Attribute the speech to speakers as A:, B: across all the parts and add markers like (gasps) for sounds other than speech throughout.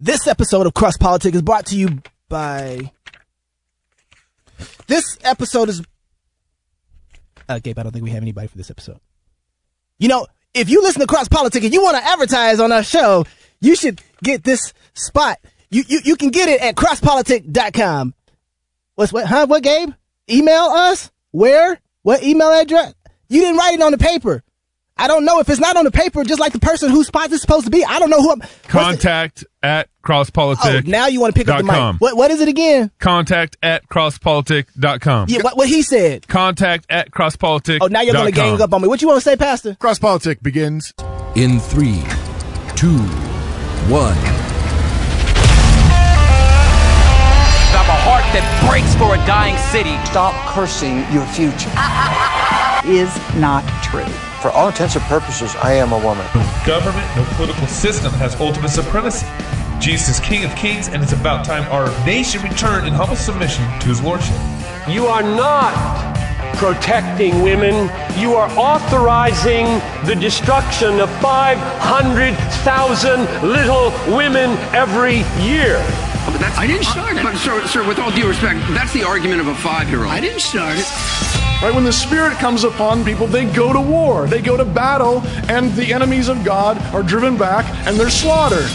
A: This episode of Cross Politics is brought to you by. This episode is. Uh, Gabe, I don't think we have anybody for this episode. You know, if you listen to Cross Politics and you want to advertise on our show, you should get this spot. You you, you can get it at crosspolitic.com. What's what? Huh? What, Gabe? Email us? Where? What email address? You didn't write it on the paper. I don't know if it's not on the paper, just like the person whose spot is supposed to be. I don't know who I'm. what's the-
B: Contact at
A: Oh,
B: crosspolitic.
A: now you want to pick up the
B: dot com.
A: mic. What, what is it again?
B: Contact at crosspolitic.com.
A: Yeah, what, what he said.
B: Contact at crosspolitic.
A: Oh, now you're going to gang up on me. What you want to say, Pastor?
C: Cross Politic begins.
D: In three, two, one.
E: I'm a heart that breaks for a dying city.
F: Stop cursing your future.
G: is not true.
H: For all intents and purposes, I am a woman.
I: government, no political system has ultimate supremacy. Jesus is King of Kings, and it's about time our nation returned in humble submission to his lordship.
J: You are not protecting women. You are authorizing the destruction of 500,000 little women every year.
K: But that's, I didn't start it. But sir, sir, with all due respect, that's the argument of a five-year-old. I didn't start it.
C: Right when the Spirit comes upon people, they go to war, they go to battle, and the enemies of God are driven back and they're slaughtered.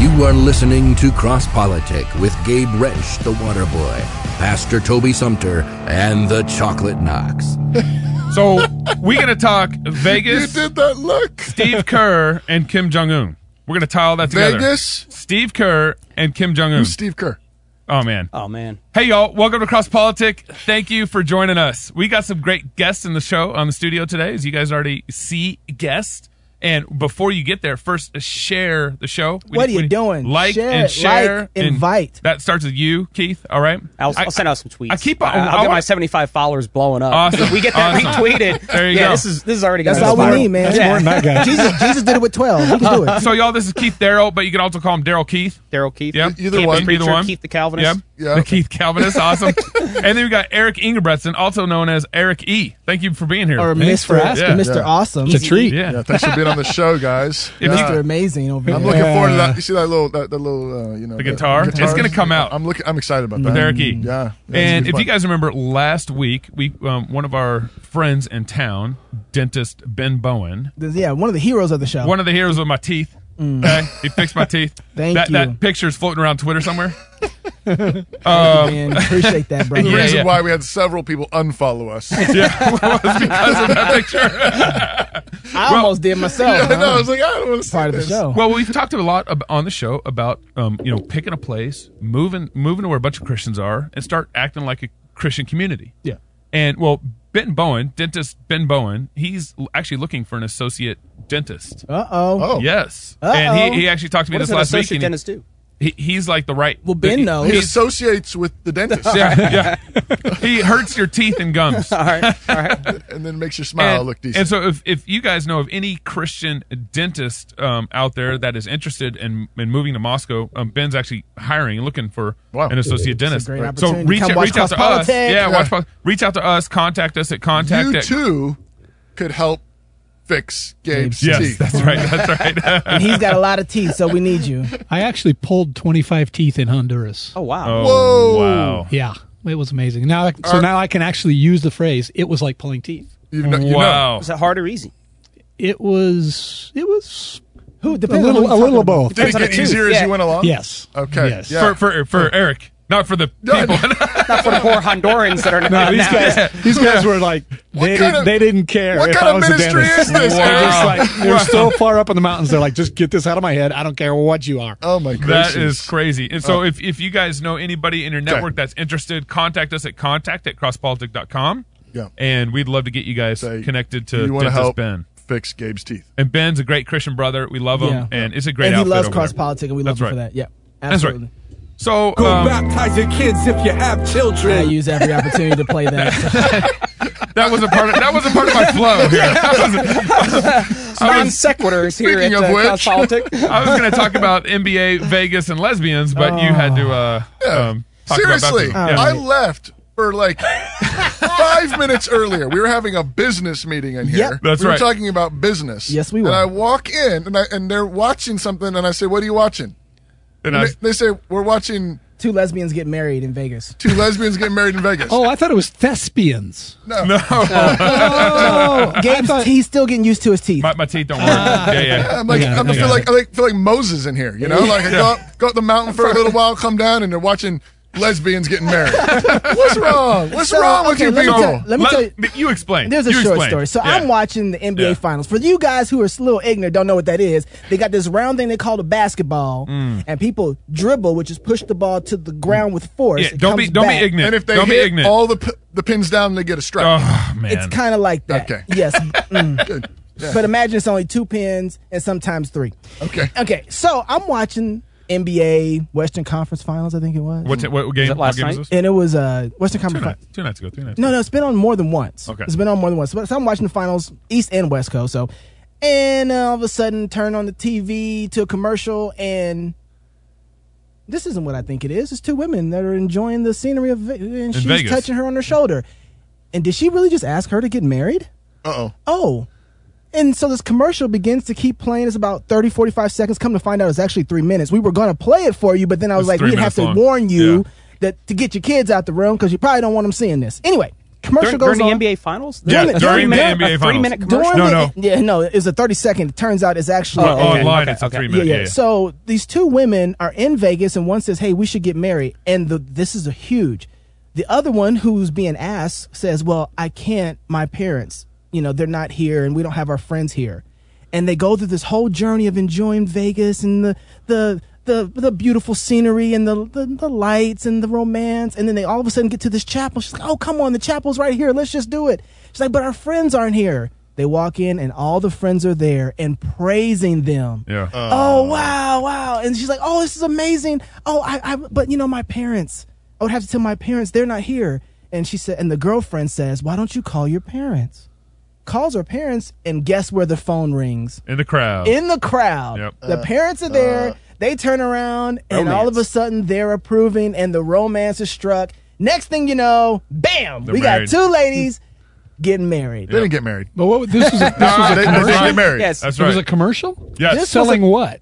D: You are listening to Cross Politic with Gabe Wrench, the water boy, Pastor Toby Sumter, and the Chocolate Knox.
B: So we're going to talk Vegas,
C: that look.
B: Steve Kerr, and Kim Jong Un. We're going to tie all that together.
C: Vegas?
B: Steve Kerr, and Kim Jong Un.
C: Who's Steve Kerr?
B: Oh man.
E: Oh man.
B: Hey y'all, welcome to Cross Politic. Thank you for joining us. We got some great guests in the show on the studio today, as you guys already see guests. And before you get there, first uh, share the show. We-
A: What are you
B: we-
A: doing?
B: Like
A: Share,
B: and share,
A: like,
B: and
A: invite.
B: That starts with you, Keith. All right.
E: I'll,
B: I-
E: I'll send out some tweets.
B: I keep-
E: I'll, I'll
B: I
E: get my
B: want-
E: 75 followers blowing up. (laughs)
B: Awesome.
E: We get that
B: Awesome.
E: retweeted.
B: There you
E: yeah,
B: go.
E: This is this is already.
A: That's
E: gonna
A: all
E: go
A: we
E: viral.
A: need, man.
E: Yeah.
A: (laughs) Jesus, Jesus did it with 12. We can do
J: (laughs)
A: it.
B: So y'all, this is Keith Darrow, but you can also call him Daryl Keith.
E: Daryl Keith.
B: Yep.
C: Either
B: Keith
C: one.
B: the
E: Preacher,
B: Either one.
E: Keith the Calvinist.
B: Yep. The Keith Calvinist. Awesome. and then we got Eric Ingebretson, also known as Eric E. Thank you for being here.
A: Or
B: Thanks
A: Mr.
B: asking.
A: Oscar, Mr.
C: Yeah.
A: Awesome.
E: treat.
B: yeah.
C: Yeah, thanks for being on the show, (laughs) guys.
B: If
C: Yeah.
B: you-
A: Mr. Amazing over
C: I'm
A: here.
C: looking forward to that. You see that little, that, that little, uh, you know,
B: The guitar? It's gonna come out.
C: I'm looking. I'm excited about that.
B: with Eric E.
C: Yeah. yeah,
B: and
C: it's
B: if
C: gonna be
B: you guys remember last week, we um, one of our friends in town, dentist Ben Bowen,
A: Yeah, one of the heroes of the show.
B: one of the heroes with my teeth. Okay, he fixed my teeth.
A: Thank
B: that,
A: you.
B: That picture's floating around Twitter somewhere.
A: Man, appreciate that, brother.
C: fun. the
B: (laughs) Yeah,
C: reason
B: yeah.
C: why we had several people unfollow us.
B: yeah, was because of that picture.
A: I almost did
B: (laughs)
A: myself.
C: (laughs) I
A: huh?
C: know, I was like, I don't want to see
A: Part of the
C: this.
A: show.
B: Well, we've talked a lot ab- on the show about um, you know picking a place, moving moving to where a bunch of Christians are, and start acting like a Christian community.
A: Yeah.
B: And well, Ben Bowen, dentist Ben Bowen, he's l- actually looking for an associate dentist.
A: Uh-oh.
C: Oh,
B: Yes.
A: Uh-oh.
B: And he, he actually talked to me
E: What
B: this
E: does an
B: last week.
E: associate
B: and
E: dentist do?
B: he, he- he's like the right.
A: Well, Ben
B: he-
A: knows.
C: He
B: he's-
A: (laughs)
C: associates with the dentist
B: yeah, yeah. he hurts your teeth and gums.
E: All right. All right.
C: and then makes your smile
B: and,
C: look decent.
B: and so, if, if you guys know of any Christian dentist um, out there that is interested in, in moving to Moscow, um, Ben's actually hiring and looking for
C: Wow.
B: an associate dentist.
A: great
B: so
A: opportunity.
B: reach,
A: Come
B: out-
A: watch
B: reach out to
A: Cross
B: us.
A: Politic.
B: Yeah, watch
C: Yeah.
B: Pol- reach out to us. Contact us at contact
C: you
B: at.
C: too could help fix Gabe's
B: Yes,
C: teeth.
B: (laughs) that's right.
C: (laughs)
B: That's right. (laughs)
A: And he's got a lot of teeth, so we need you.
J: I actually pulled 25 teeth in Honduras.
E: Oh wow.
B: oh,
C: Whoa.
B: Wow.
J: Yeah, it was amazing. Now, I-
B: Er.
J: so now I can actually use the phrase "it was like pulling teeth."
C: You know, you know.
B: Wow.
E: Is that hard or easy?
J: It was. It was
A: Who?
J: a
A: Depends
J: little,
A: on who
J: a little
A: you're
J: of both.
C: Did it
E: on
C: get
E: the tooth,
C: easier as
E: yeah.
C: you went along?
J: Yes.
C: Okay.
J: Yes.
C: Yeah.
B: For, for, for Eric, not for the (laughs) people.
E: Not for the poor Hondurans that are not.
J: No, these
E: now.
J: guys, these guys
B: (laughs)
J: were like, they,
C: kind
J: didn't,
C: of-
J: they didn't care.
C: what
J: if
C: kind
J: I
C: of
J: was a
C: ministry
J: dentist.
C: is this?
J: They were just
B: (laughs)
J: like,
C: (laughs)
B: Wow.
J: they're so far up in the mountains. They're like, just get this out of my head. I don't care what you are.
C: Oh my gracious.
B: That is crazy. And
C: Oh.
B: so, if, if you guys know anybody in your network that's interested, contact us at contact at crosspolitic.com.
C: Yeah.
B: And we'd love to get you guys
C: Say,
B: connected to
C: You want to
B: Dentist
C: help
B: Ben.
C: fix Gabe's teeth.
B: And Ben's a great Christian brother. We love him.
A: Yeah.
B: And it's a great
A: And he
B: outfit
A: loves
B: over
A: cross
B: there.
A: politics, and we love
B: That's
A: him
B: right.
A: for that. Yeah,
B: That's
A: absolutely.
B: right. So, um,
D: baptize your kids if you have
A: I
D: children.
A: use every opportunity to play that.
B: that was a part of, that was a part of my
A: (laughs)
B: flow here. (laughs)
E: Non sequiturs here
C: Speaking
E: at
C: of
E: uh,
C: which-
E: Cross Politic.
B: I was going to talk about NBA, Vegas, and lesbians, but you had to, uh, um, talk about
C: Seriously,
B: baptism.
A: Oh.
C: I left for like five minutes earlier. We were having a business meeting in here.
A: Yep.
B: That's
C: we were
B: right.
C: talking about business.
A: Yes, we were.
C: And I walk in and I and they're watching something and I say, "What are you watching?"
B: And
C: they,
B: I was-
C: they say we're watching
A: two lesbians get married in Vegas.
C: Two lesbians get married in Vegas.
J: (laughs) Oh, I thought it was thespians.
C: No.
B: (laughs) No.
A: Oh, Gabe's he's still getting used to his teeth.
B: My, my teeth don't work. Yeah, yeah.
C: I'm like, I'm I feel like I like, feel like Moses in here, you know? Like I go
B: Yeah.
C: up, go up the mountain for a little while, come down, and they're watching lesbians getting
B: (laughs)
C: married. What's wrong? What's
A: So,
C: wrong with
A: okay,
C: you
A: let me
C: people?
A: tell- let me tell you-
B: But you explain.
A: There's a
B: You
A: short
B: explain.
A: story. So
B: Yeah.
A: I'm watching the NBA
B: Yeah.
A: Finals. For you guys who are a little ignorant, don't know what that is, they got this round thing they call a basketball,
B: Mm.
A: and people dribble, which is push the ball to the ground with force.
B: Yeah,
A: It
B: don't be-
A: comes
B: don't be
A: back.
B: ignorant.
C: And if they
B: Don't be
C: hit
B: ignorant.
C: all the p- the pins down, they get a strike.
B: Oh man,
A: It's kind of like that.
C: Okay.
A: (laughs)
B: (laughs)
A: Yes. Mm.
C: Yeah.
A: But imagine it's only two pins and sometimes three.
C: Okay.
A: Okay. So I'm watching NBA Western Conference Finals. I think it was.
B: What, what game? what game was this?
A: And it was uh, Western
B: Two
A: Conference. Finals.
B: nights, two nights ago. Three nights.
A: No, no, it's been on more than once.
B: Okay.
A: It's been on more than once. So I'm watching the finals, East and West Coast. So, and uh, all of a sudden, turn on the TV to a commercial, and this isn't what I think it is. It's two women that are enjoying the scenery of, Ve- and she's
B: Vegas.
A: touching her on her shoulder. And did she really just ask her to get married?
C: Uh oh.
A: Oh. And so this commercial begins to keep playing. It's about 30, 45 seconds. Come to find out, it's actually three minutes. We were going to play it for you, but then I was
B: It's
A: like,
B: three
A: we'd have
B: minutes
A: to
B: long.
A: warn you that to get your kids out the room because you probably don't want them seeing this. Anyway, commercial
E: during,
A: goes
E: during
A: on.
E: the NBA Finals.
A: During the-
E: during
A: during the
E: a
A: NBA
E: three-minute
A: During
E: commercial.
A: the- Yeah, no, it's a 30 second. It turns out it's actually.
B: Oh, okay. Online, it's a Okay, okay. three-minute, yeah, yeah.
A: So these two women are in Vegas, and one says, hey, we should get married. And the, this is a huge. The other one who's being asked says, well, I can't. My parents, you know, they're not here, and we don't have our friends here. And they go through this whole journey of enjoying Vegas and the, the, the, the beautiful scenery and the, the the lights and the romance and then they all of a sudden get to this chapel she's like oh come on the chapel's right here let's just do it she's like but our friends aren't here they walk in and all the friends are there and praising them
B: Yeah.
A: oh wow wow and she's like oh this is amazing oh I, I but you know my parents i would have to tell my parents they're not here and she said and the girlfriend says why don't you call your parents calls her parents and guess where the phone rings
B: In the crowd.
A: in the crowd.
B: Yep.
A: The
B: Uh,
A: parents are there. they turn around, and all of a sudden, they're approving, and the romance is struck. Next thing you know, bam!
C: They're
A: we
C: married.
A: got two ladies getting married.
C: They didn't get married.
J: But what this was a, this
C: Nah,
J: was a
C: they- they
J: commercial.
C: didn't get married. Yes.
B: That's
J: It was
B: right.
J: a commercial.
B: Yes. This was
J: selling
B: a-
J: what?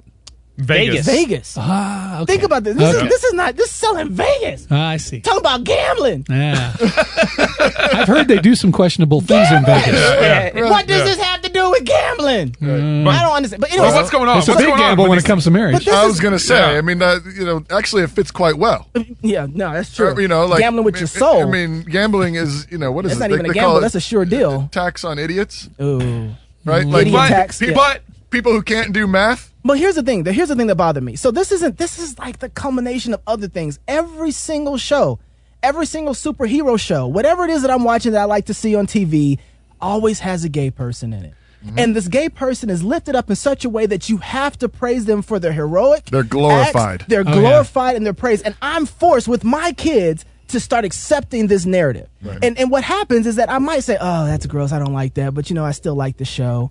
B: Vegas.
A: Vegas.
J: Ah,
A: Think about this. This,
J: Okay.
A: is, this is not this is selling Vegas.
J: Ah, I see.
A: Talk about gambling.
J: Yeah. (laughs) I've heard they do some questionable things in Vegas.
A: What does
J: Yeah. Mm.
A: this have to do with gambling? I don't understand. But
C: Well,
A: anyway,
C: what's going on?
J: It's a
C: What's
J: big
C: going on
J: gamble
C: with
J: when it
C: these-
J: comes to marriage.
A: this
C: I
A: is-
C: was gonna say.
A: Yeah.
C: I mean, uh, you know, actually, it fits quite well.
A: Yeah, no, that's true.
C: Uh, you know, like
A: gambling with
C: I mean,
A: your soul.
C: I mean, gambling is you know what is
A: That's
C: it?
A: not
C: They-
A: even a
C: they call
A: gamble.
C: it
A: That's a sure deal.
C: Tax on idiots,
A: Ooh.
C: right?
A: Mm.
C: Like
A: Idiot tax,
C: pe-
A: yeah.
C: but people who can't do math.
A: But here's the thing. that- Here's the thing that bothered me. So this isn't. This is like the culmination of other things. Every single show, every single superhero show, whatever it is that I'm watching that I like to see on TV, always has a gay person in it.
C: Mm-hmm.
A: And this gay person is lifted up in such a way that you have to praise them for their heroic.
C: They're glorified.
A: acts, they're
C: Oh, yeah.
A: glorified and they're praised. And I'm forced with my kids to start accepting this narrative.
C: Right.
A: And and what happens is that I might say, "Oh, that's gross. I don't like that," but you know, I still like the show.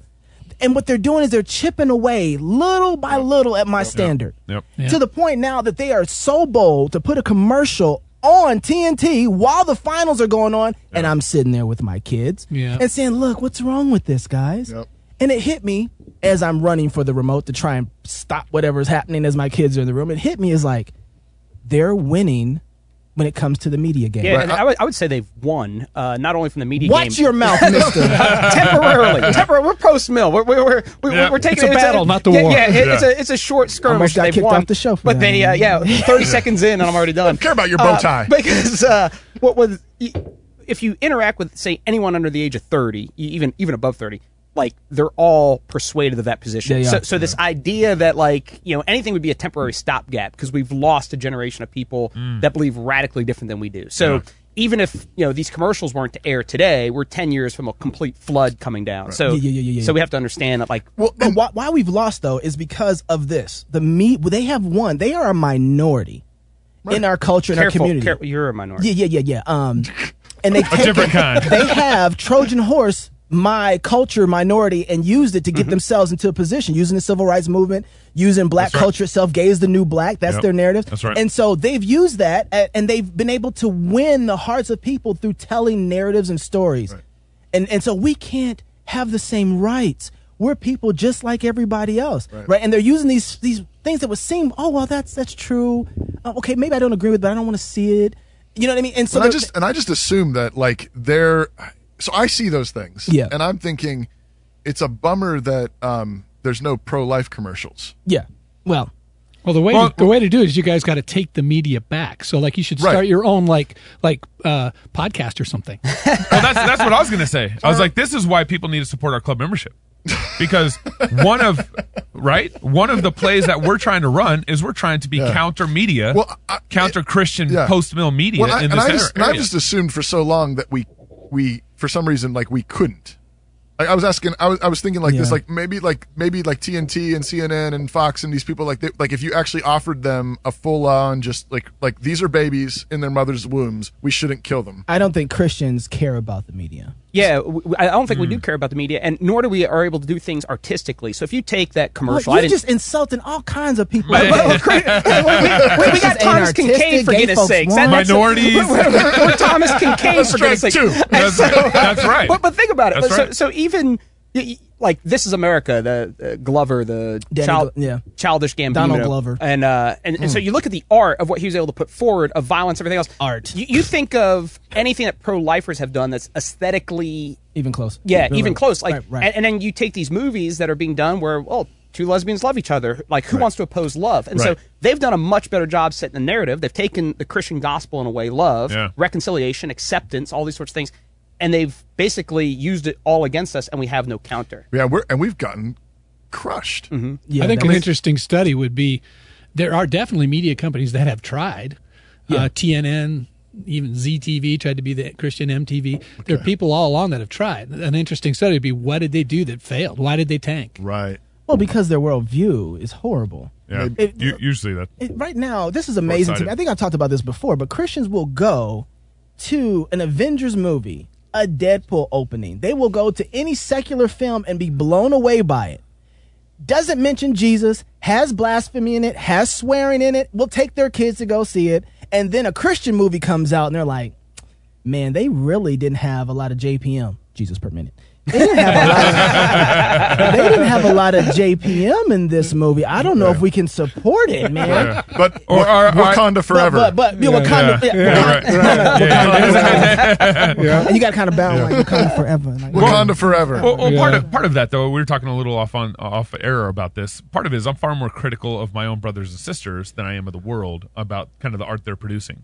A: And what they're doing is they're chipping away little by little at my standard
B: Yep.
A: to the point now that they are so bold to put a commercial on TNT while the finals are going on, and I'm sitting there with my kids
J: Yeah.
A: and saying, "Look, what's wrong with this, guys?"
C: Yep.
A: And it hit me as I'm running for the remote to try and stop whatever's happening as my kids are in the room. It hit me as like they're winning when it comes to the media game.
E: Yeah, and I, would, I would say they've won, uh, not only from the media
A: Watch
E: game.
A: your mouth, mister.
E: (laughs) temporarily. Temporarily. We're post mill. We're, we're, we're, we're,
J: Yeah.
E: we're taking
J: It's a battle, not the
E: yeah,
J: war.
E: Yeah, it- It's,
J: Yeah.
E: a, it's a short skirmish.
A: Almost got
E: they've
A: kicked
E: won,
A: off the show for
E: But
A: that.
E: they, uh, yeah, 30 seconds in, and I'm already done.
C: care about your bow tie.
E: Uh, because uh, what was. y- If you interact with, say, anyone under the age of 30, e- even even above 30, like they're all persuaded of that position.
A: They are.
E: So, so this idea that like you know anything would be a temporary stopgap because we've lost a generation of people
A: Mm.
E: that believe radically different than we do. So
B: Yeah.
E: even if you know these commercials weren't to air today, we're ten years from a complete flood coming down. So
A: Yeah, yeah, yeah, yeah, yeah.
E: so we have to understand that like
A: Well, but why, why we've lost though is because of this. The me well, they have won. They are a minority in our culture in
E: Careful,
A: our community.
E: careful, you're a minority.
A: Yeah, yeah, yeah, yeah.
B: (laughs)
A: Um, and they take (laughs)
E: different kind.
A: They have Trojan horse my culture minority and used it to get
B: Mm-hmm.
A: themselves into a position using the civil rights movement using black
B: That's right.
A: culture itself gay is the new black that's
B: Yep.
A: their narrative
B: That's right.
A: and so they've used that a- and they've been able to win the hearts of people through telling narratives and stories and and so we can't have the same rights. we're people just like everybody else, right? And they're using these these things that would seem, oh well, that's that's true. Uh, okay, maybe I don't agree with, it, but I don't want to see it. You know what I mean? And so
C: and I
A: they're-
C: just and I just assume that like they're so I see those things.
A: Yeah.
C: And I'm thinking it's a bummer that um there's no pro life commercials.
A: Yeah. Well.
J: Well, the way
C: Well-
J: the way to do it is you guys got to take the media back. So like you should
C: Right.
J: start your own like like uh, podcast or something.
B: Well, that's that's what I was gonna say. I was like, this is why people need to support our club membership because one of right one of the plays that we're trying to run is we're trying to be counter media, counter Christian post mill media
C: Well, I-
B: in
C: and
B: this
C: I
B: era-
C: just, and I've
B: area.
C: just assumed for so long that we we for some reason like we couldn't. Like I was asking, I was I was thinking like this,
L: Yeah.
C: like maybe like maybe like TNT and CNN and Fox and these people like they, like if you actually offered them a full on just like like these are babies in their mother's wombs, we shouldn't kill them.
A: I don't think Christians care about the media.
E: Yeah, w- w- I don't think
B: Hmm.
E: we do care about the media, and nor do we are able to do things artistically. So if you take that commercial,
A: Look,
E: I
A: you're
E: didn't.
A: just insulting all kinds of people.
E: But- but- (laughs)
A: Wait,
E: we got Thomas Kincaid for goodness sakes. That- that's- (laughs) We're, we're- we're
A: (laughs)
E: Thomas Kincaid for goodness sakes. And
C: (laughs)
E: (laughs)
B: That's,
E: so-
B: that's right.
E: But, but think about it.
B: That's
E: so,
B: right.
E: so even y- y- like This Is America, the uh, Glover, the
A: Danny
E: child,
A: Glo- yeah.
E: childish Gambino,
A: Donald Glover.
E: and uh, and, and so
A: Mm.
E: you look at the art of what he was able to put forward of violence, everything else. Art. You, you think of anything that pro-lifers have done that's aesthetically
A: Even close.
E: yeah,
A: Right,
E: even
A: right,
E: close. Like,
A: right, right.
E: And, and then you take these movies that are being done where, well, two lesbians love each other. Like, who wants to oppose love? And
M: Right.
E: so they've done a much better job setting the narrative. They've taken the Christian gospel in a way, love,
M: Yeah.
E: reconciliation, acceptance, all these sorts of things, and they've basically used it all against us, and we have no counter.
C: Yeah, we're and we've gotten crushed.
E: Mm-hmm.
J: I think an interesting study would be there are definitely media companies that have tried. Uh, TNN, even ZTV tried to be the Christian MTV. There are people all along that have tried. An interesting study would be what did they do that failed? Why did they tank?
C: Right.
A: Well, because their worldview is horrible.
B: yeah,
A: It-
B: U- usually that.
A: it- right now, this is amazing to me.
B: Short-sighted.
A: I think I've talked about this before, but Christians will go to an Avengers movie, a Deadpool opening. They will go to any secular film and be blown away by it. Doesn't mention Jesus, has blasphemy in it, has swearing in it, will take their kids to go see it. And then a Christian movie comes out and they're like, man, they really didn't have a lot of JPM, Jesus per minute. They didn't have a lot of JPM in this movie. I don't know if we can support it, man.
C: Yeah.
B: (laughs)
C: But
B: Or-
C: Wa-
B: or- or-
C: Wakanda forever.
A: But, but, but yeah, Wakanda. Yeah, (laughs) Wakanda- Wakanda- You got to kind of bound like Wakanda forever. Like,
C: Wakanda forever.
B: Well, well, part of part of that though, we were talking a little off on off error about this. Part of it is I'm far more critical of my own brothers and sisters than I am of the world about kind of the art they're producing.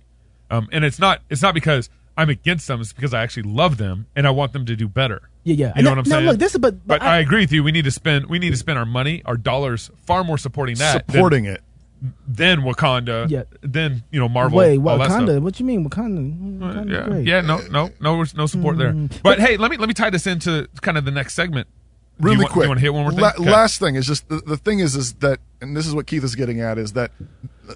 B: Um, and it's not it's not because I'm against them; it's because I actually love them and I want them to do better.
A: yeah, yeah.
B: You know
A: now,
B: what I'm
A: now
B: saying?
A: look, this is but,
B: But, I, agree with you. We need to spend we need to spend our money, our dollars, far more supporting that, than-
C: Supporting it.
B: than Wakanda,
A: Yeah.
B: than you know Marvel.
A: Wait,
B: all that stuff.
A: Wakanda? What you mean, Wakanda? Wakanda's
B: Yeah,
A: great. Mm-hmm.
B: yeah, no, no, no, no support there. But hey, let me let me tie this into kind of the next segment. Do you
C: really
B: want- do
C: quick.
B: You want to hit one more thing?
C: La-
B: Okay.
C: Last thing is just the, the thing is is that, and this is what Keith is getting at is that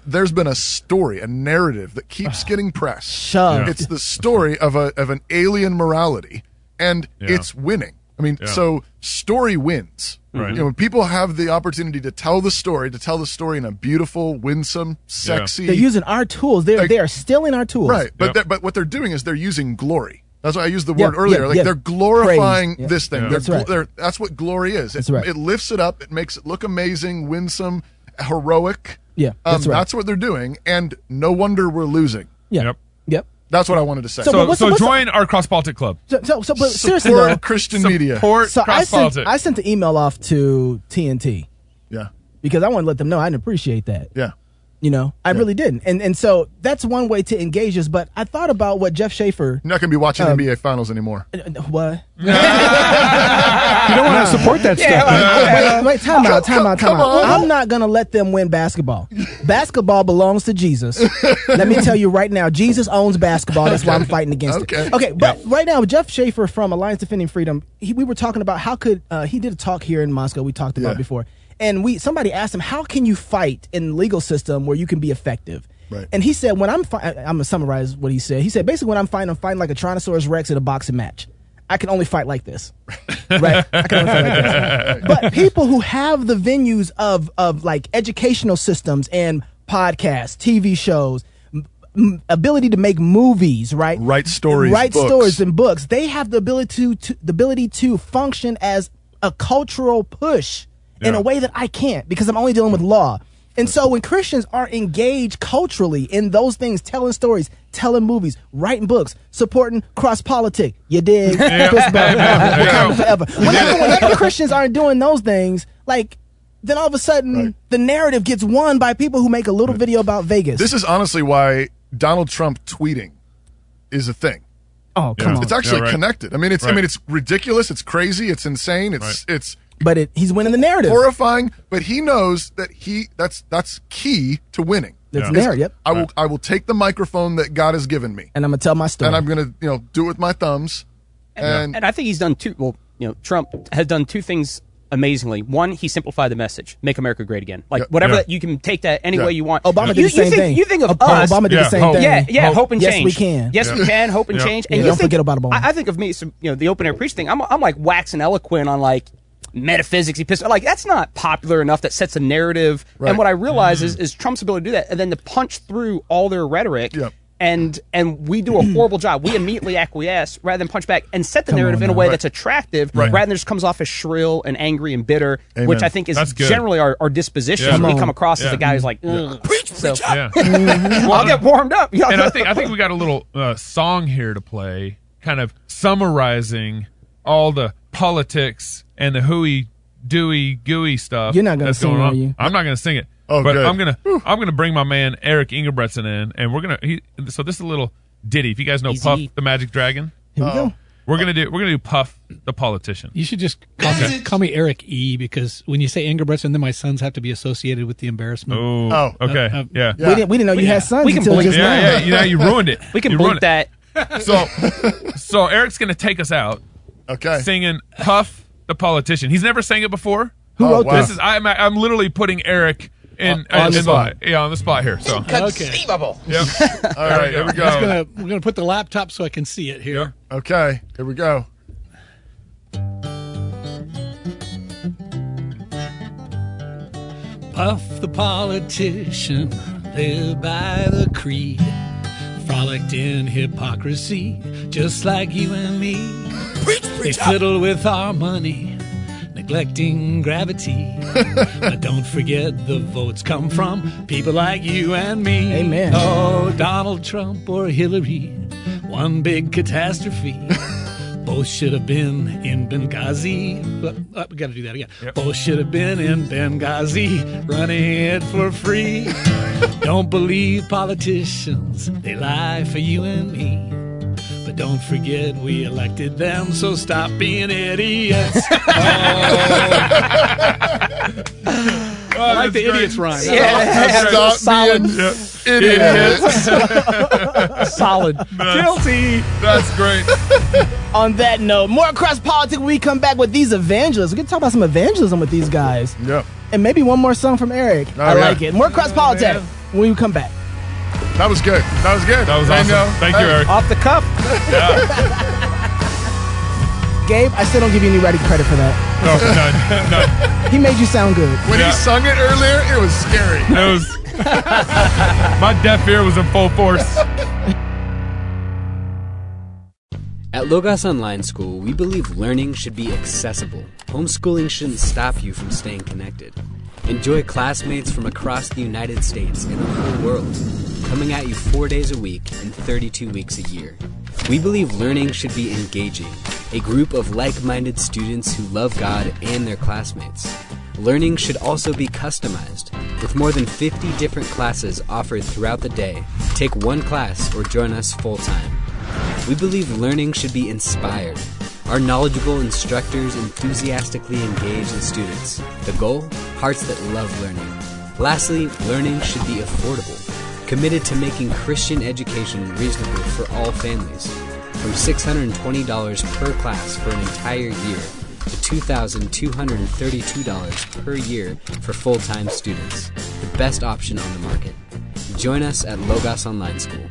C: there's been a story, a narrative that
B: (sighs)
C: keeps getting pressed.
A: Shoved.
C: It's the story of a of an alien morality, and
L: Yeah.
C: it's winning. I mean,
L: Yeah.
C: so story wins.
L: Right.
C: You know, when people have the opportunity to tell the story, to tell the story in a beautiful, winsome, sexy.
A: They're using our tools. They're they are stealing our tools.
C: Right, but they're- but what they're doing is they're using glory. That's why I used the word
A: Yeah,
C: earlier.
A: yeah,
C: like
A: yeah.
C: they're glorifying
A: Praise. Yeah.
C: this thing.
A: Yeah.
C: They're,
A: That's
C: gl-
A: right.
C: they're- that's what glory is. It,
A: That's right.
C: it lifts it up. It makes it look amazing, winsome, heroic.
A: Yeah,
C: um,
A: that's right.
C: what they're doing, and no wonder we're losing.
A: Yeah. Yep. Yep.
C: That's what I wanted to say.
B: So, so, join our cross politic club.
A: So, so, so but seriously,
C: Support
A: though-
C: Christian media.
B: Support
A: so I
B: cross
A: sent,
B: politics.
A: I sent the email off to TNT.
C: Yeah.
A: Because I want to let them know I didn't appreciate that.
C: Yeah.
A: You know, I really didn't. And and so that's one way to engage us. But I thought about what Jeff Schaefer.
C: You're not going to be watching
A: Um,
C: NBA finals anymore.
A: What?
C: (laughs) You don't want to support that
A: Yeah, wait, wait, wait, time
C: Come-
A: out, time
C: come-
A: out, time
C: come
A: out.
C: on.
A: I'm not gonna let them win basketball. basketball belongs to
C: (laughs)
A: Jesus. let me tell you right now, Jesus owns basketball. That's why I'm fighting against
C: Okay.
A: it. Okay, but right now, Jeff Schaefer from Alliance Defending Freedom, he, we were talking about how could uh, he did a talk here in Moscow. We talked about
C: Yeah.
A: before, and we somebody asked him how can you fight in the legal system where you can be effective.
C: Right.
A: And he said, when I'm, fi- I- I'm gonna summarize what he said. He said, basically, when I'm fighting, I'm fighting like a Tyrannosaurus Rex at a boxing match. I can only fight like this, (laughs) right? I can only fight like this but people who have the venues of of like educational systems and podcasts, TV shows, m- m- ability to make movies, right?
C: Write stories,
A: write
C: books.
A: stories and books. They have the ability to, to the ability to function as a cultural push in a way that I can't because I'm only dealing with law. And so when Christians are engaged culturally in those things, telling stories, telling movies, writing books, supporting cross politic, you dig?
C: (laughs)
L: Yeah.
A: Fist bump.
L: Yeah.
A: Wakanda forever.
L: Yeah.
A: Whenever, whenever Christians aren't doing those things, like then all of a sudden the narrative gets won by people who make a little video about Vegas.
C: This is honestly why Donald Trump tweeting is a thing.
A: Oh, come on.
C: It's actually
A: Yeah, right.
C: connected. I mean, it's I
A: Right.
C: mean, it's ridiculous. It's crazy. It's insane. It's it's.
A: But it, he's winning the narrative.
C: Horrifying. But he knows that he that's that's key to winning.
A: It's
C: Is
A: there, yep.
C: I will I will take the microphone that God has given me,
A: and I'm gonna tell my story.
C: and I'm gonna you know do it with my thumbs. And,
E: and I think he's done two. Well, you know, Trump has done two things amazingly. One, he simplified the message, "Make America Great Again." Like
A: Yeah.
E: whatever
A: Yeah.
E: that you can take that any
A: Yeah.
E: way you want. you,
A: Obama did the
E: you
A: same
E: think,
A: thing.
E: You think of
A: Ob-
E: us.
A: Obama did the Yeah. same Hope. thing.
E: Yeah, yeah. Hope, and
A: Yes,
E: change.
A: we can.
E: Yes,
A: Yeah.
E: we can. Hope and
A: Yeah.
E: change.
A: Yeah.
E: And you
A: Don't
E: think-
A: forget about Obama.
E: I, I think of me. Some, you know, the open air preach thing. I'm, I'm like waxing eloquent on like metaphysics. Epistle. Like that's not popular enough. That sets a narrative.
M: Right.
E: And what I realize
M: Mm-hmm.
E: is, is Trump's ability to do that, and then to punch through all their rhetoric. And and we do a horrible job. We immediately acquiesce rather than punch back and set the
M: Come
E: narrative
M: on
E: in a
M: now.
E: way
M: Right.
E: that's attractive,
M: Right.
E: rather than just comes off as shrill and angry and bitter,
M: Amen.
E: which I think is
M: That's good.
E: generally our, our disposition.
M: Yeah. Come
E: We
M: on.
E: come across as
M: Yeah.
E: the guy who's like,
M: Yeah.
E: "Ugh." so,
B: Yeah.
E: (laughs) well, I'll get warmed up. Yeah. (laughs)
B: and I think I think we got a little uh, song here to play, kind of summarizing all the politics and the hooey, dooey, gooey stuff.
A: You're not gonna
B: that's
A: sing
B: going
A: it,
B: on.
A: are you?
B: I'm not gonna sing it.
A: Oh,
B: but
A: good.
B: I'm gonna I'm gonna bring my man Eric Ingebretson in, and we're gonna. He, so this is a little ditty. If you guys know
J: Easy.
B: Puff the Magic Dragon,
J: Here
C: Oh,
J: we go.
B: We're gonna do we're gonna do Puff the politician.
J: You should just call, me, call me Eric E because when you say Ingebrigtsen, then my sons have to be associated with the embarrassment.
B: Oh, okay, yeah.
A: We didn't- we didn't know you had sons We can until bleep- just
C: Oh,
B: yeah,
A: now.
B: yeah, you know, you ruined it.
A: We can
B: You ruined
E: bleep
B: it. So, so Eric's gonna take us out.
C: Okay.
B: Singing "Puff the Politician." He's never sang it before.
A: Who wrote
B: this?
A: this? (laughs)
B: Is I'm I'm literally putting Eric in
J: On- on the
B: in
J: spot.
B: yeah, on the spot here. So
J: Inconceivable.
B: Yep. All right, here we go.
J: Just gonna- we're going to put the laptop so I can see it here.
C: Okay, here we go.
J: Puff the politician lived by the creed, frolicked in hypocrisy, just like you and me. they fiddle with our money, neglecting gravity. but don't forget the votes come from people like you and me. Amen. Oh, Donald Trump or Hillary, one big catastrophe. Both should have been in Benghazi. Uh, uh, we got to do that again. Both should have been in Benghazi, running it for free. don't believe politicians, they lie for you and me. But don't forget we elected them, so stop being idiots. I like the idiots rhyme.
A: Solid.
B: Guilty. That's great.
A: On that note, more cross politics. When we come back with these evangelists. We can talk about some evangelism with these guys.
C: Yeah.
A: And maybe one more song from Eric.
C: Oh,
A: I
C: yeah.
A: like it. More cross politics when we come back.
C: That was good. That was good. That
B: was awesome. Thank you, Eric.
E: Off the cuff.
A: Gabe, I still don't give you any writing credit for that.
B: No, none, none.
A: He made you sound good.
C: When he sung it earlier, it was scary.
B: It was- my deaf ear was in full force.
N: At Logos Online School, we believe learning should be accessible. Homeschooling shouldn't stop you from staying connected. Enjoy classmates from across the United States and the whole world, coming at you four days a week and 32 weeks a year. We believe learning should be engaging, a group of like minded students who love God and their classmates. Learning should also be customized, with more than 50 different classes offered throughout the day. Take one class or join us full time. We believe learning should be inspired. Our knowledgeable instructors enthusiastically engage the students. The goal? Hearts that love learning. Lastly, learning should be affordable. Committed to making Christian education reasonable for all families. From $620 per class for an entire year to $2,232 per year for full time students. The best option on the market. Join us at Logos Online School.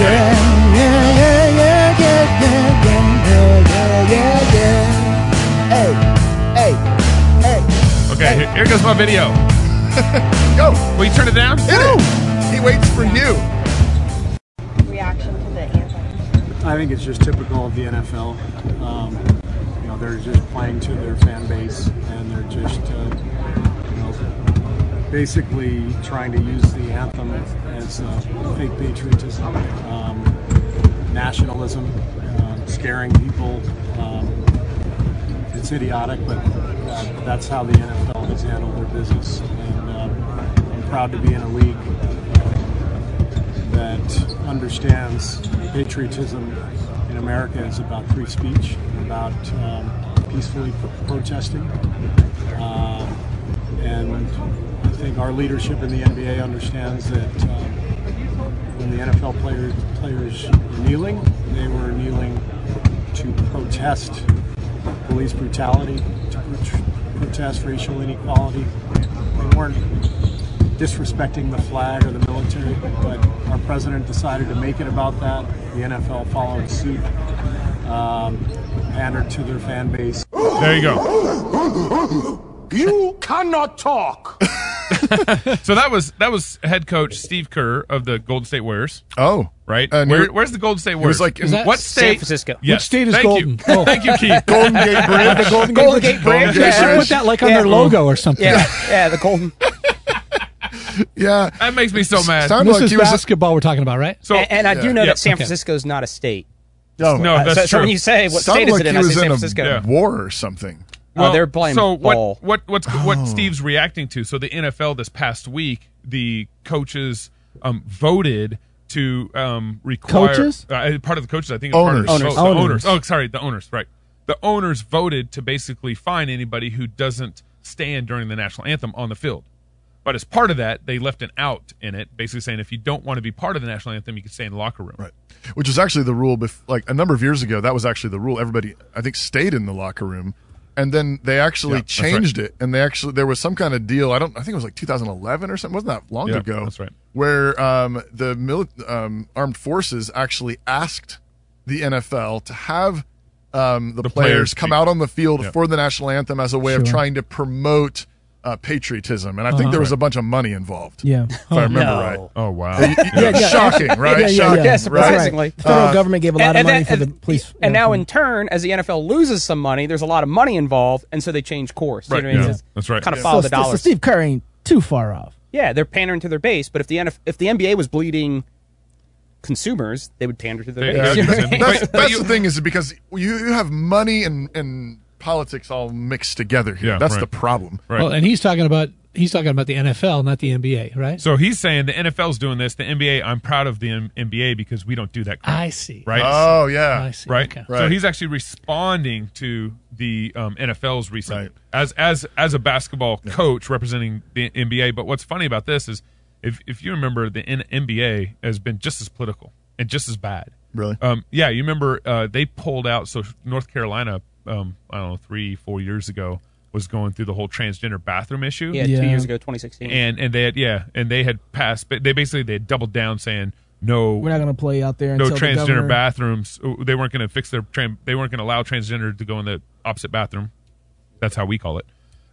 A: Yeah, yeah, yeah, yeah, yeah, yeah, yeah, yeah, yeah, yeah, yeah. Hey, hey, hey.
B: Okay, Here goes my video.
C: Go.
B: Will you turn it down?
C: No. He waits for you.
L: reaction to the anthem?
M: I think it's just typical of the NFL. Um, you know, they're just playing to their fan base, and they're just, uh, you know, basically trying to use the anthem as uh, fake patriotism, um, nationalism, um, scaring people. Um, it's idiotic, but uh, that's how the NFL has handled their business. And um, I'm proud to be in a league that understands patriotism in America is about free speech, about um, peacefully pro- protesting. Um, and I think our leadership in the NBA understands that um, when the NFL player, players were kneeling, they were kneeling to protest police brutality, to pro- protest racial inequality. They weren't disrespecting the flag or the military, but our president decided to make it about that. The NFL followed suit, um, pandered to their fan base.
B: There you go.
M: You cannot talk.
B: so that was that was head coach Steve Kerr of the Golden State Warriors.
C: Oh,
B: right.
C: And
B: Where,
C: you're-
B: where's the Golden State
C: It
B: Warriors?
C: was like in- Is that
B: what
C: San
B: state?
C: Francisco?
B: Yes.
J: Which state is
B: Thank (laughs)
J: Golden?
B: You.
J: Oh.
B: Thank you,
C: (laughs)
B: Keith.
C: Golden Gate Bridge.
B: (laughs)
J: The Golden Gate Golden Bridge. Gate Bridge. They should put that, like, on their logo or something.
E: Yeah, yeah, the Golden.
C: yeah,
B: that makes me so mad.
J: this is basketball we're talking about, right?
E: and, and I do know that San
J: Okay.
E: Francisco is not a state.
C: No,
E: Uh, so- So when you say what
C: Sounded
E: state is
C: like
E: it in,
C: he
E: I say
C: was
E: San
C: in a
E: Francisco.
C: war or something.
E: Oh, they're playing
B: So what?
E: ball.
B: What? What's what? Steve's reacting to. So the NFL this past week, the coaches um, voted to um, require
A: Coaches?
B: Uh, part of the coaches. I think it was
A: Owners.
B: Part of the,
A: Owners.
B: vote. The
A: Owners.
B: owners. Oh, sorry, the owners. Right. The owners voted to basically fine anybody who doesn't stand during the national anthem on the field. But as part of that, they left an out in it, basically saying if you don't want to be part of the national anthem, you can stay in the locker room. Right.
C: which was actually the rule. Bef- like a number of years ago, that was actually the rule. Everybody, I think, stayed in the locker room, and then they actually
B: Yeah, that's right.
C: changed it. And they actually there was some kind of deal. I don't. I think it was like 2011 or something. It wasn't that long
B: Yeah,
C: ago.
B: that's right.
C: Where um, the mili- um, armed forces actually asked the NFL to have um, the, players,
B: players
C: come
B: speak.
C: out on the field
B: Yeah.
C: for the national anthem as a way of
B: Sure.
C: trying to promote. Uh, patriotism, and I
B: Uh-huh.
C: think there was
B: Right.
C: a bunch of money involved.
A: Yeah.
C: if I remember right.
B: Oh wow.
C: shocking, right? Shocking, right?
A: The federal government gave a lot
E: And-
A: of
E: and then-
A: money for the
E: and-
A: police.
E: And now, in turn, as the NFL loses some money, there's a lot of money involved, and so they change course. You
B: Right,
E: know what I mean?
B: yeah.
E: It's
B: That's right.
E: Kind of
B: Yeah.
E: follow
A: so,
E: the
A: so
E: dollars.
A: Oh, Steve Kerr ain't too far off.
E: Yeah, they're pandering to their base. But if the NF- if the NBA was bleeding consumers, they would pander to their
C: Yeah,
E: base. (laughs) You know what I mean?
C: that's that's the thing is because you, you have money and, and politics all mixed together here.
B: Yeah,
C: that's
B: right.
C: the problem.
B: Right.
J: Well, and he's talking about he's talking about the NFL, not the NBA, right?
B: So he's saying the NFL's doing this. The NBA, I'm proud of the M- NBA because we don't do that. crap.
J: I see.
B: Right.
C: Oh yeah,
J: I see.
B: Right.
J: Okay.
B: So
C: Right.
B: he's actually responding to the um, NFL's recent as as as a basketball coach representing the NBA. But what's funny about this is if if you remember the N- NBA has been just as political and just as bad.
C: Really?
B: Um, yeah, you remember uh, they pulled out. So North Carolina, um, I don't know, three four years ago was going through the whole transgender bathroom issue.
E: Yeah, two years ago, 2016.
B: And and they had yeah, and they had passed. But they basically they had doubled down saying no
A: We're not going to play out there
B: no
A: until the
B: transgender
A: governor-
B: bathrooms. Oh, They weren't going to fix their tran They weren't going to allow transgender to go in the opposite bathroom. That's how we call it.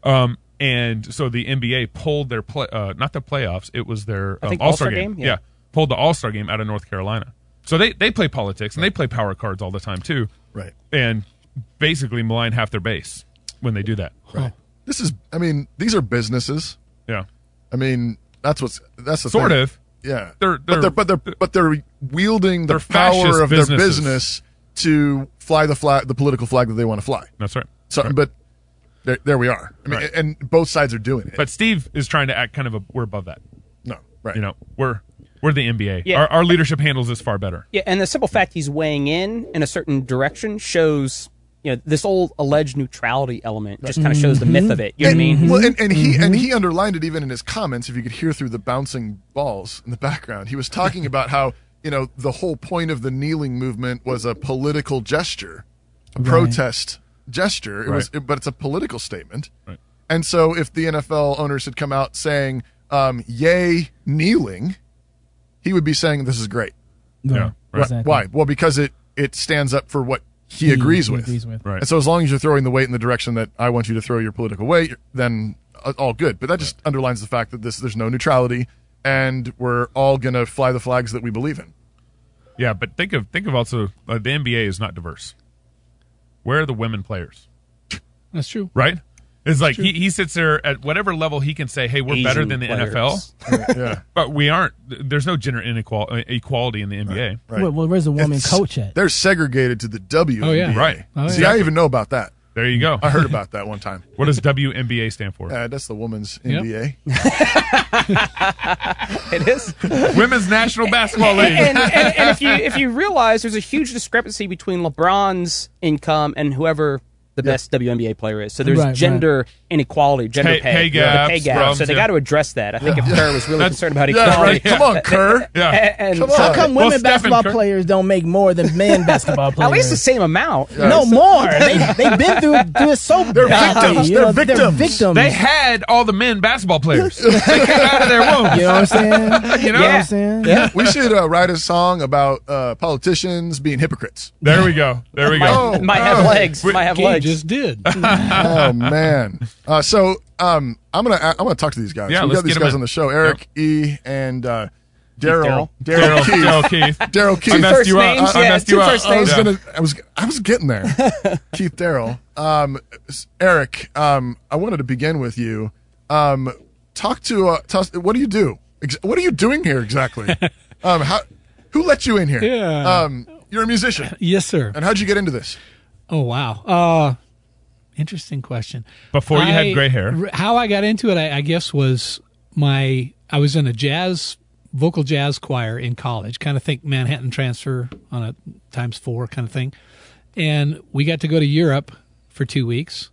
B: Um, and so the NBA pulled their play, uh, not the playoffs. It was their
E: I
B: um,
E: think
B: All Star
E: All-Star
B: game.
E: game?
B: Yeah.
E: Yeah.
B: pulled the All Star game out of North Carolina. So they they play politics and they play power cards all the time too.
C: Right.
B: And basically malign half their base when they do that.
C: Right. This is. I mean, these are businesses.
B: Yeah.
C: I mean, that's what's that's the
B: Sort
C: thing.
B: of.
C: Yeah.
B: They're-
C: but they're but they're but they're wielding the
B: They're fascist
C: power of their
B: businesses.
C: business to fly the flag, the political flag that they want to fly.
B: That's right.
C: So, but there, there we are. I mean,
B: Right.
C: and both sides are doing it.
B: But Steve is trying to act kind of a we're above that.
C: No. Right.
B: You know we're we're the NBA.
E: Yeah.
B: Our, our leadership handles this far better.
E: Yeah, and the simple fact he's weighing in in a certain direction shows, you know, this old alleged neutrality element just kind of shows the myth of it. You know what I
C: and,
E: mean? Mm-hmm.
C: Well, and, and he and he underlined it even in his comments. If you could hear through the bouncing balls in the background, he was talking about how you know the whole point of the kneeling movement was a political gesture, a
O: Right.
C: protest gesture. It was,
O: Right.
C: it- but it's a political statement.
B: Right.
C: And so, if the NFL owners had come out saying um, "Yay kneeling," he would be saying, "This is great."
A: No, Yeah,
C: Why-
A: exactly.
C: Why? Well, because it it stands up for what he,
A: He-
C: agrees
A: he
C: with.
A: agrees with.
B: Right.
C: And so as long as you're throwing the weight in the direction that I want you to throw your political weight, then uh, all good. But that just underlines the fact that this there's no neutrality, and we're all gonna fly the flags that we believe in.
B: Yeah, but think of think of also uh, the NBA is not diverse. Where are the women players? (laughs)
J: That's true.
B: Right? It's like he, he sits there at whatever level he can say, "Hey, we're
J: Asian
B: better than the
J: players.
B: NFL,"
C: yeah.
B: but we aren't. There's no gender inequality equality in the NBA.
C: Right.
A: Well, where's the woman coach at?
C: They're segregated to the W.
J: Oh, yeah.
B: Right. Oh,
C: See,
B: yeah.
C: I even know about that.
B: There you go.
C: I heard about that one time.
B: What does WNBA stand for?
C: Uh, that's the women's
B: Yep.
C: NBA.
E: (laughs) it
B: (laughs)
E: is.
B: Women's National Basketball (laughs) League.
E: and, and, and if you if you realize there's a huge discrepancy between LeBron's income and whoever the best WNBA player is, so there's
B: Right, right.
E: gender inequality, gender
B: Pay-
E: pay,
B: pay
E: the
B: gaps,
E: pay gap.
B: problems,
E: so they
B: yeah.
E: got to address that. I think if
B: Yeah.
E: Kerr was really
B: That's-
E: concerned about
B: yeah,
E: equality,
B: (laughs) right. Come on, Kerr. Yeah.
E: And,
B: Come
A: How come
E: Well,
A: women
E: Stephen
A: basketball
E: Kerr-
A: players don't make more than (laughs) men basketball players?
E: At least the same amount.
A: No more. (laughs) They they've been through this so
B: They're
A: badly,
B: victims.
A: you
B: They're
A: know,
B: victims.
A: They're victims.
B: They had all the men basketball players. they came out of (laughs) their womb.
A: You know what I'm saying?
B: You know?
A: what I'm saying?
C: We should uh, write a song about uh, politicians being hypocrites.
B: There we go. There we go.
E: Might have legs. Might have
J: (laughs) He
E: legs.
J: just did.
B: (laughs)
C: oh man. Uh, so um, I'm gonna I'm gonna talk to these guys.
B: Yeah,
C: we
B: let's
C: got these
B: get 'em
C: guys
B: in.
C: on the show. Eric E. and uh, Daryl.
B: Daryl. Daryl Keith. (laughs)
C: Daryl Keith.
B: I messed First you up. names, I- I yeah, messed you two up. first
C: I was
B: names.
C: gonna. I was. I was getting
B: (laughs)
C: there. Keith Daryl. Um, s- Eric. Um, I wanted to begin with you. Um, talk to. Uh, tell us- what do you do? Ex- what are you doing here exactly?
B: (laughs)
C: um, how? Who let you in here?
J: Yeah.
C: Um, you're a musician.
J: Yes,
B: (laughs)
J: sir.
C: And how'd you get into this?
J: Oh wow. Uh interesting question.
B: Before you had gray hair.
J: r- how I got into it, I, I guess, was my I was in a jazz vocal jazz choir in college, kind of think Manhattan Transfer on a times four kind of thing, and we got to go to Europe for two weeks,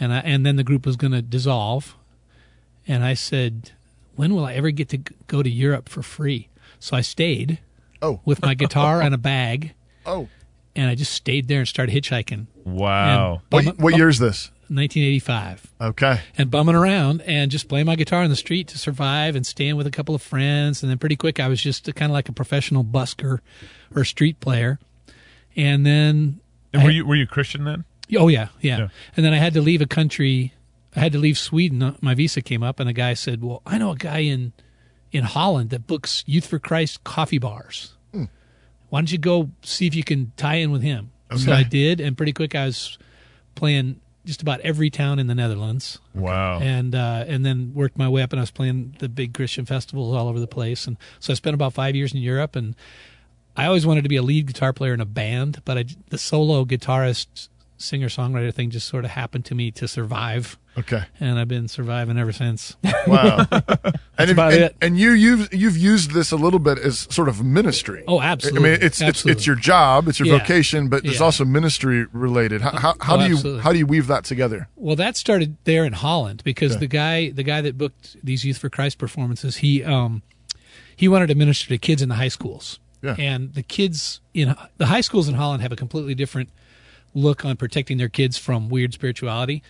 J: and I, and then the group was going to dissolve, and I said, when will I ever get to g- go to Europe for free? So I stayed.
C: Oh.
J: With my guitar and a bag
C: Oh.
J: and I just stayed there and started hitchhiking.
B: Wow.
J: And bumming-
C: What, what year is this?
J: 1985.
C: Okay.
J: And bumming around and just playing my guitar on the street to survive and staying with a couple of friends. And then pretty quick, I was just kind of like a professional busker or street player. And then,
B: And were you were you Christian then?
J: oh, yeah, yeah.
B: Yeah.
J: And then I had to leave a country. I had to leave Sweden. Uh, My visa came up, and a guy said, Well, I know a guy in, in Holland that books Youth for Christ coffee bars why don't you go see if you can tie in with him? So
B: Okay.
J: I did, and pretty quick I was playing just about every town in the Netherlands,
B: Wow.
J: and uh, and then worked my way up, and I was playing the big Christian festivals all over the place, and so I spent about five years in Europe, and I always wanted to be a lead guitar player in a band, but I, the solo guitarist, singer songwriter thing just sort of happened to me to survive,
C: Okay.
J: and I've been surviving ever since.
C: Wow. and, if-
J: about
C: and,
J: it.
C: and you you've you've used this a little bit as sort of ministry.
J: Oh, absolutely.
C: I mean, it's it's,
J: Absolutely.
C: it's your job, it's your
J: Yeah.
C: vocation, but it's
J: Yeah.
C: also ministry related. How how, how
J: Oh,
C: do you
J: absolutely.
C: how do you weave that together?
J: Well, that started there in Holland because
C: Okay.
J: the guy the guy that booked these Youth for Christ performances, he um he wanted to minister to kids in the high schools.
C: Yeah.
J: And the kids in the high schools in Holland have a completely different look on protecting their kids from weird spirituality.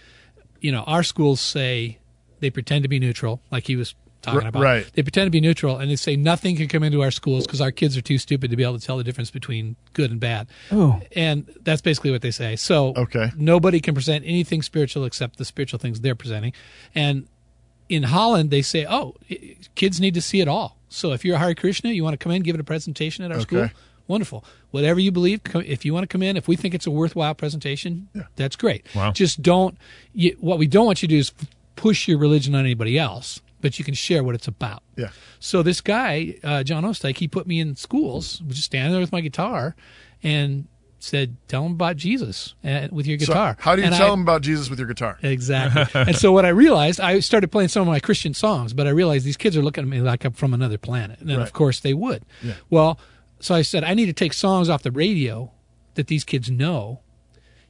J: You know, our schools say they pretend to be neutral, like he was talking
C: R-
J: about.
C: right.
J: They pretend to be neutral and they say nothing can come into our schools because our kids are too stupid to be able to tell the difference between good and bad.
A: Oh.
J: And that's basically what they say. So
C: Okay.
J: nobody can present anything spiritual except the spiritual things they're presenting. And in Holland, they say, oh, i- i- kids need to see it all. So if you're a Hare Krishna, you want to come in, give it a presentation at our
C: Okay.
J: school, wonderful. Whatever you believe, come, if you want to come in, if we think it's a worthwhile presentation, that's great.
B: Wow.
J: Just don't, you, what we don't want you to do is push your religion on anybody else, but you can share what it's about.
C: Yeah.
J: So this guy, uh, John Ostike, he put me in schools, was just standing there with my guitar, and said, "Tell them about Jesus uh, with your
C: So
J: guitar."
C: how do you
J: And
C: tell
J: I-
C: them about Jesus with your guitar? (laughs)
J: Exactly. and so what I realized, I started playing some of my Christian songs, but I realized these kids are looking at me like I'm from another planet, and
C: Right.
J: of course they would.
C: Yeah.
J: Well, so I said I need to take songs off the radio that these kids know.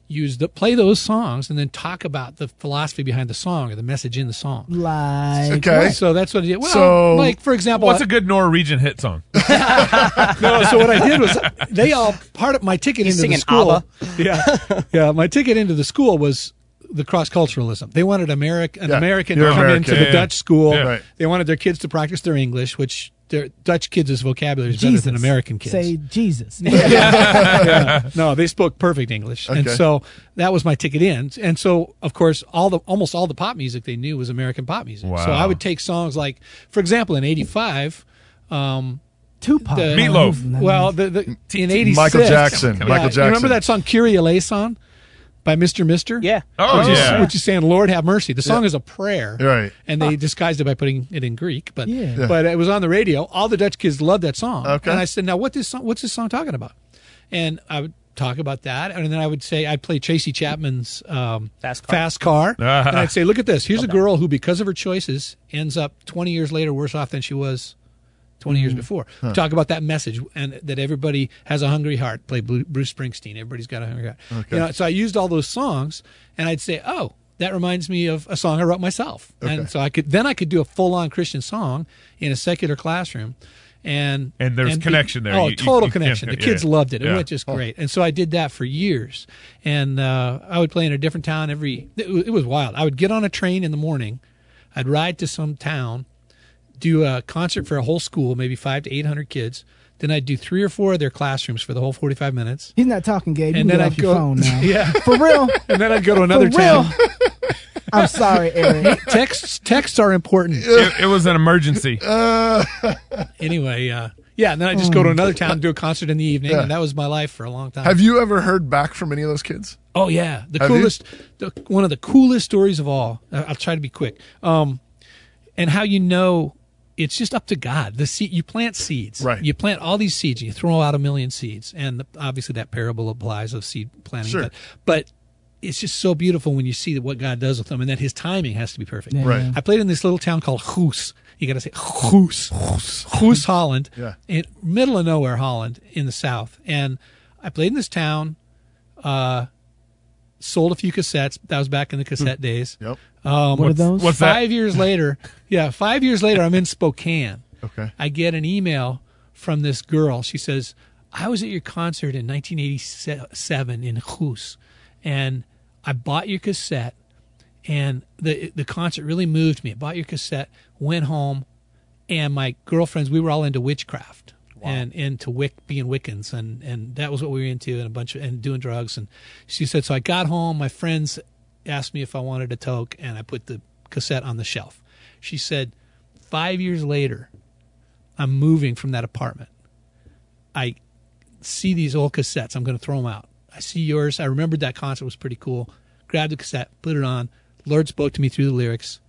J: Use the play those songs and then talk about the philosophy behind the song or the message in the song.
A: Like
C: Okay.
J: So that's what I did. Well,
C: So-
J: like for example,
B: What's a good Norwegian
O: (laughs)
B: hit song?
J: no, so what I did was they all part of my ticket
E: He's
J: into
E: singing
J: the school. Yeah, yeah. My ticket into the school was the cross culturalism. They wanted America, an
C: Yeah,
J: American
C: you're
J: to come
C: American.
J: into
B: Yeah,
J: the
B: yeah.
J: Dutch school.
B: Yeah.
C: Right.
J: They wanted their kids to practice their English, which their Dutch kids' vocabulary is better than American kids.
A: Say Jesus.
J: Yeah. (laughs) no, they spoke perfect English, and
A: Okay.
J: so that was my ticket in. And so, of course, all the almost all the pop music they knew was American pop music.
B: Wow.
J: So I would take songs like, for example, in '85. Um,
A: Tupac,
J: the,
B: Meatloaf.
J: Well, the, the, in '86,
C: Michael Jackson,
J: yeah,
C: Michael
J: you remember
C: Jackson.
J: that song "Curie Eleison" by Mr. Mister? Yeah.
B: Oh,
J: which
B: yeah.
J: Is, which is saying "Lord have mercy." The song
C: Yeah.
J: is a prayer,
C: Right.
J: And they disguised it by putting it in Greek, but
A: Yeah. Yeah.
J: but it was on the radio. All the Dutch kids loved that song.
C: Okay.
J: And I said, "Now what this song? What's this song talking about?" And I would talk about that, and then I would say I'd play Tracy Chapman's um,
E: Fast Car.
C: (laughs)
J: Fast Car,
B: Ah.
J: and I'd say, "Look at this. Here's a girl who, because of her choices, ends up 20 years later worse off than she was 20 years
B: Mm-hmm.
J: before.
C: Huh.
J: Talk about that message and that everybody has a hungry heart. Play Bru- Bruce Springsteen. Everybody's got a hungry heart. You
C: Okay.
J: know, so I used all those songs and I'd say, oh, that reminds me of a song I wrote myself.
C: Okay.
J: And so I could then I could do a full on Christian song in a secular classroom. And
B: And there's connection there.
J: Oh,
B: You- you-
J: total
B: you can't-
J: connection. The
B: yeah,
J: kids
B: yeah.
J: loved it. It
B: Yeah. Oh.
J: went just great. And so I did that for years. And uh, I would play in a different town every. It wa- it was wild. I would get on a train in the morning. I'd ride to some town, do a concert for a whole school, maybe five to eight hundred kids. Then I'd do three or four of their classrooms for the whole forty-five minutes,
A: He's not talking, Gabe. You
J: and
A: can get
J: then I'd
A: off your
J: go.
A: phone now.
J: (laughs) Yeah,
A: For real.
J: and then I'd go to another
A: For real.
J: town.
A: I'm sorry, Eric.
J: (laughs) texts texts are important.
B: It, it was an emergency.
O: Uh,
J: Anyway, uh, yeah, and then I just go to another town, do a concert in the evening,
C: Yeah.
J: and that was my life for a long time.
C: Have you ever heard back from any of those kids?
J: Oh yeah, the
C: Have you?
J: coolest, the, one of the coolest stories of all. I- I'll try to be quick. Um, and how you know it's just up to God. The seed you plant seeds,
C: Right.
J: You plant all these seeds, and you throw out a million seeds, and the, obviously that parable applies of seed planting.
C: Sure.
J: But, but it's just so beautiful when you see what God does with them, and that His timing has to be perfect.
A: Yeah. Right.
J: I played in this little town called Hoos. You got to say Hoos, Hoos, Holland,
C: Yeah.
J: in middle of nowhere Holland in the south, and I played in this town. Uh, sold a few cassettes. That was back in the cassette days.
C: Yep.
J: Um,
A: What are those?
B: what's that?
J: five years later, yeah, five years later, I'm in Spokane.
C: Okay.
J: I get an email from this girl. She says, I was at your concert in 1987 in Hoos, and I bought your cassette, and the the concert really moved me. I bought your cassette, went home, and my girlfriends, we were all into witchcraft. And into Wic being Wiccans and and that was what we were into and a bunch of and doing drugs and she said so I got home my friends asked me if I wanted a toke and I put the cassette on the shelf. She said five years later I'm moving from that apartment. I see these old cassettes. I'm going to throw them out. I see yours. I remembered that concert was pretty cool. Grabbed the cassette, put it on. Lord spoke to me through the lyrics.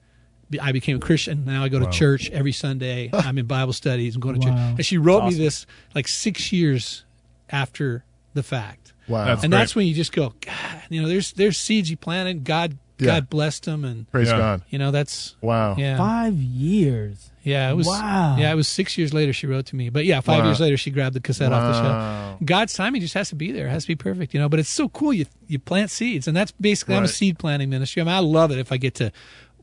J: Be- I became a Christian. Now I go to church every Sunday. I'm in Bible studies. I'm going to
A: Wow.
J: church. And she wrote me this like six years after the fact.
C: Wow.
B: That's-
J: and
B: great.
J: that's when you just go, God, you know, there's there's seeds you planted. God,
C: Yeah.
J: God blessed them, and
C: Praise
B: Yeah.
C: God.
J: you know that's
C: Wow.
J: yeah.
A: Five years.
J: Yeah, it was.
A: Wow.
J: Yeah, it was six years later she wrote to me. But yeah, five
C: Wow.
J: years later she grabbed the cassette off the
C: Wow.
J: shelf. God's timing just has to be there. It has to be perfect, you know. But it's so cool. You you plant seeds, and that's basically I'm a
C: Right.
J: seed planting ministry. I mean, I love it if I get to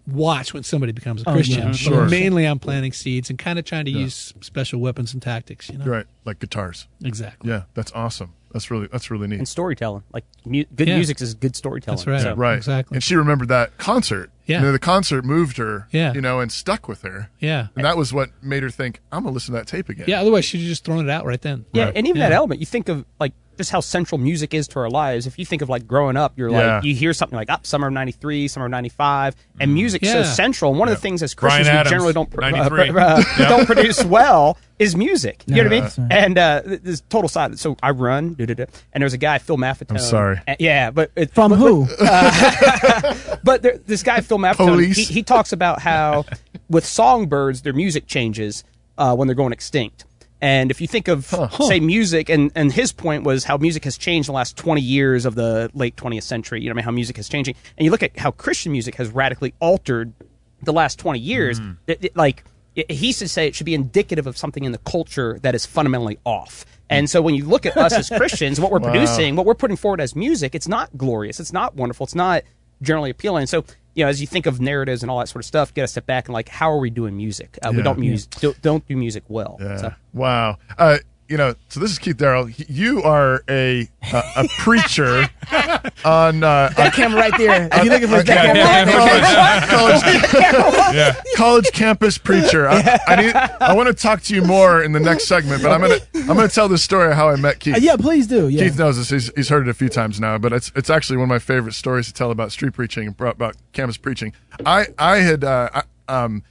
J: watch when somebody becomes a
A: Oh,
J: Christian.
A: yeah.
J: But
C: Sure.
J: Mainly, I'm planting seeds and kind of trying to use special weapons and tactics. You know,
C: You're right. Like guitars.
J: exactly.
C: Yeah. That's awesome. That's really that's really
E: and
C: neat.
E: storytelling. Like mu- good
J: Yeah.
E: music is good storytelling.
J: That's right.
E: So,
C: Right.
J: Exactly.
C: And she remembered that concert.
J: Yeah.
C: You know, the concert moved her.
J: Yeah.
C: You know, and stuck with her.
J: Yeah.
C: And that was what made her think, I'm gonna listen to that tape again.
J: Yeah. Otherwise, she'd have just thrown it out right then.
E: Yeah,
C: Right.
E: and even that
J: Yeah.
E: element, you think of like just how central music is to our lives. If you think of like growing up, you're
C: Yeah.
E: like you hear something like up summer of '93, summer of '95, and music's so
J: Yeah.
E: central. And one of the things as Christians
B: Bryan Adams,
E: we generally don't pr- uh,
B: 93.
E: pr- uh, don't produce well is music. You know
A: Yeah.
E: what I
A: That's
E: mean?
A: right.
E: And uh, th- this total side. So I run, doo-doo-doo, and there's a guy Phil Maffetone.
C: I'm sorry.
E: Uh, yeah, but it,
A: From who?
E: but there, this guy Phil Maffetone,
C: Police.
E: he, he talks about how with songbirds their music changes uh, when they're going extinct. And if you think of say music, and, and his point was how music has changed in the last twenty years of the late twentieth century. You know, I mean, how music is changing, and you look at how Christian music has radically altered the last twenty years. It- it- like it, he should say, it should be indicative of something in the culture that is fundamentally off. And so when you look at us as Christians, what we're producing, what we're putting forward as music, it's not glorious, it's not wonderful, it's not generally appealing. So, you know, as you think of narratives and all that sort of stuff, get a step back and like, how are we doing music? Uh, We
C: Yeah.
E: don't use, do, don't do music well.
C: Yeah.
E: So,
C: Wow. Uh, you know, so this is Keith Darrell. You are a uh, a preacher on uh,
A: that camera right there. If you're looking for that camera,
C: college, (laughs) yeah. college campus preacher. I, I need. I want to talk to you more in the next segment, but I'm gonna I'm gonna tell the story of how I met Keith.
A: Uh, yeah, please do. Yeah.
C: Keith knows this. He's, he's heard it a few times now, but it's it's actually one of my favorite stories to tell about street preaching and bro- about campus preaching. I I had uh, I, um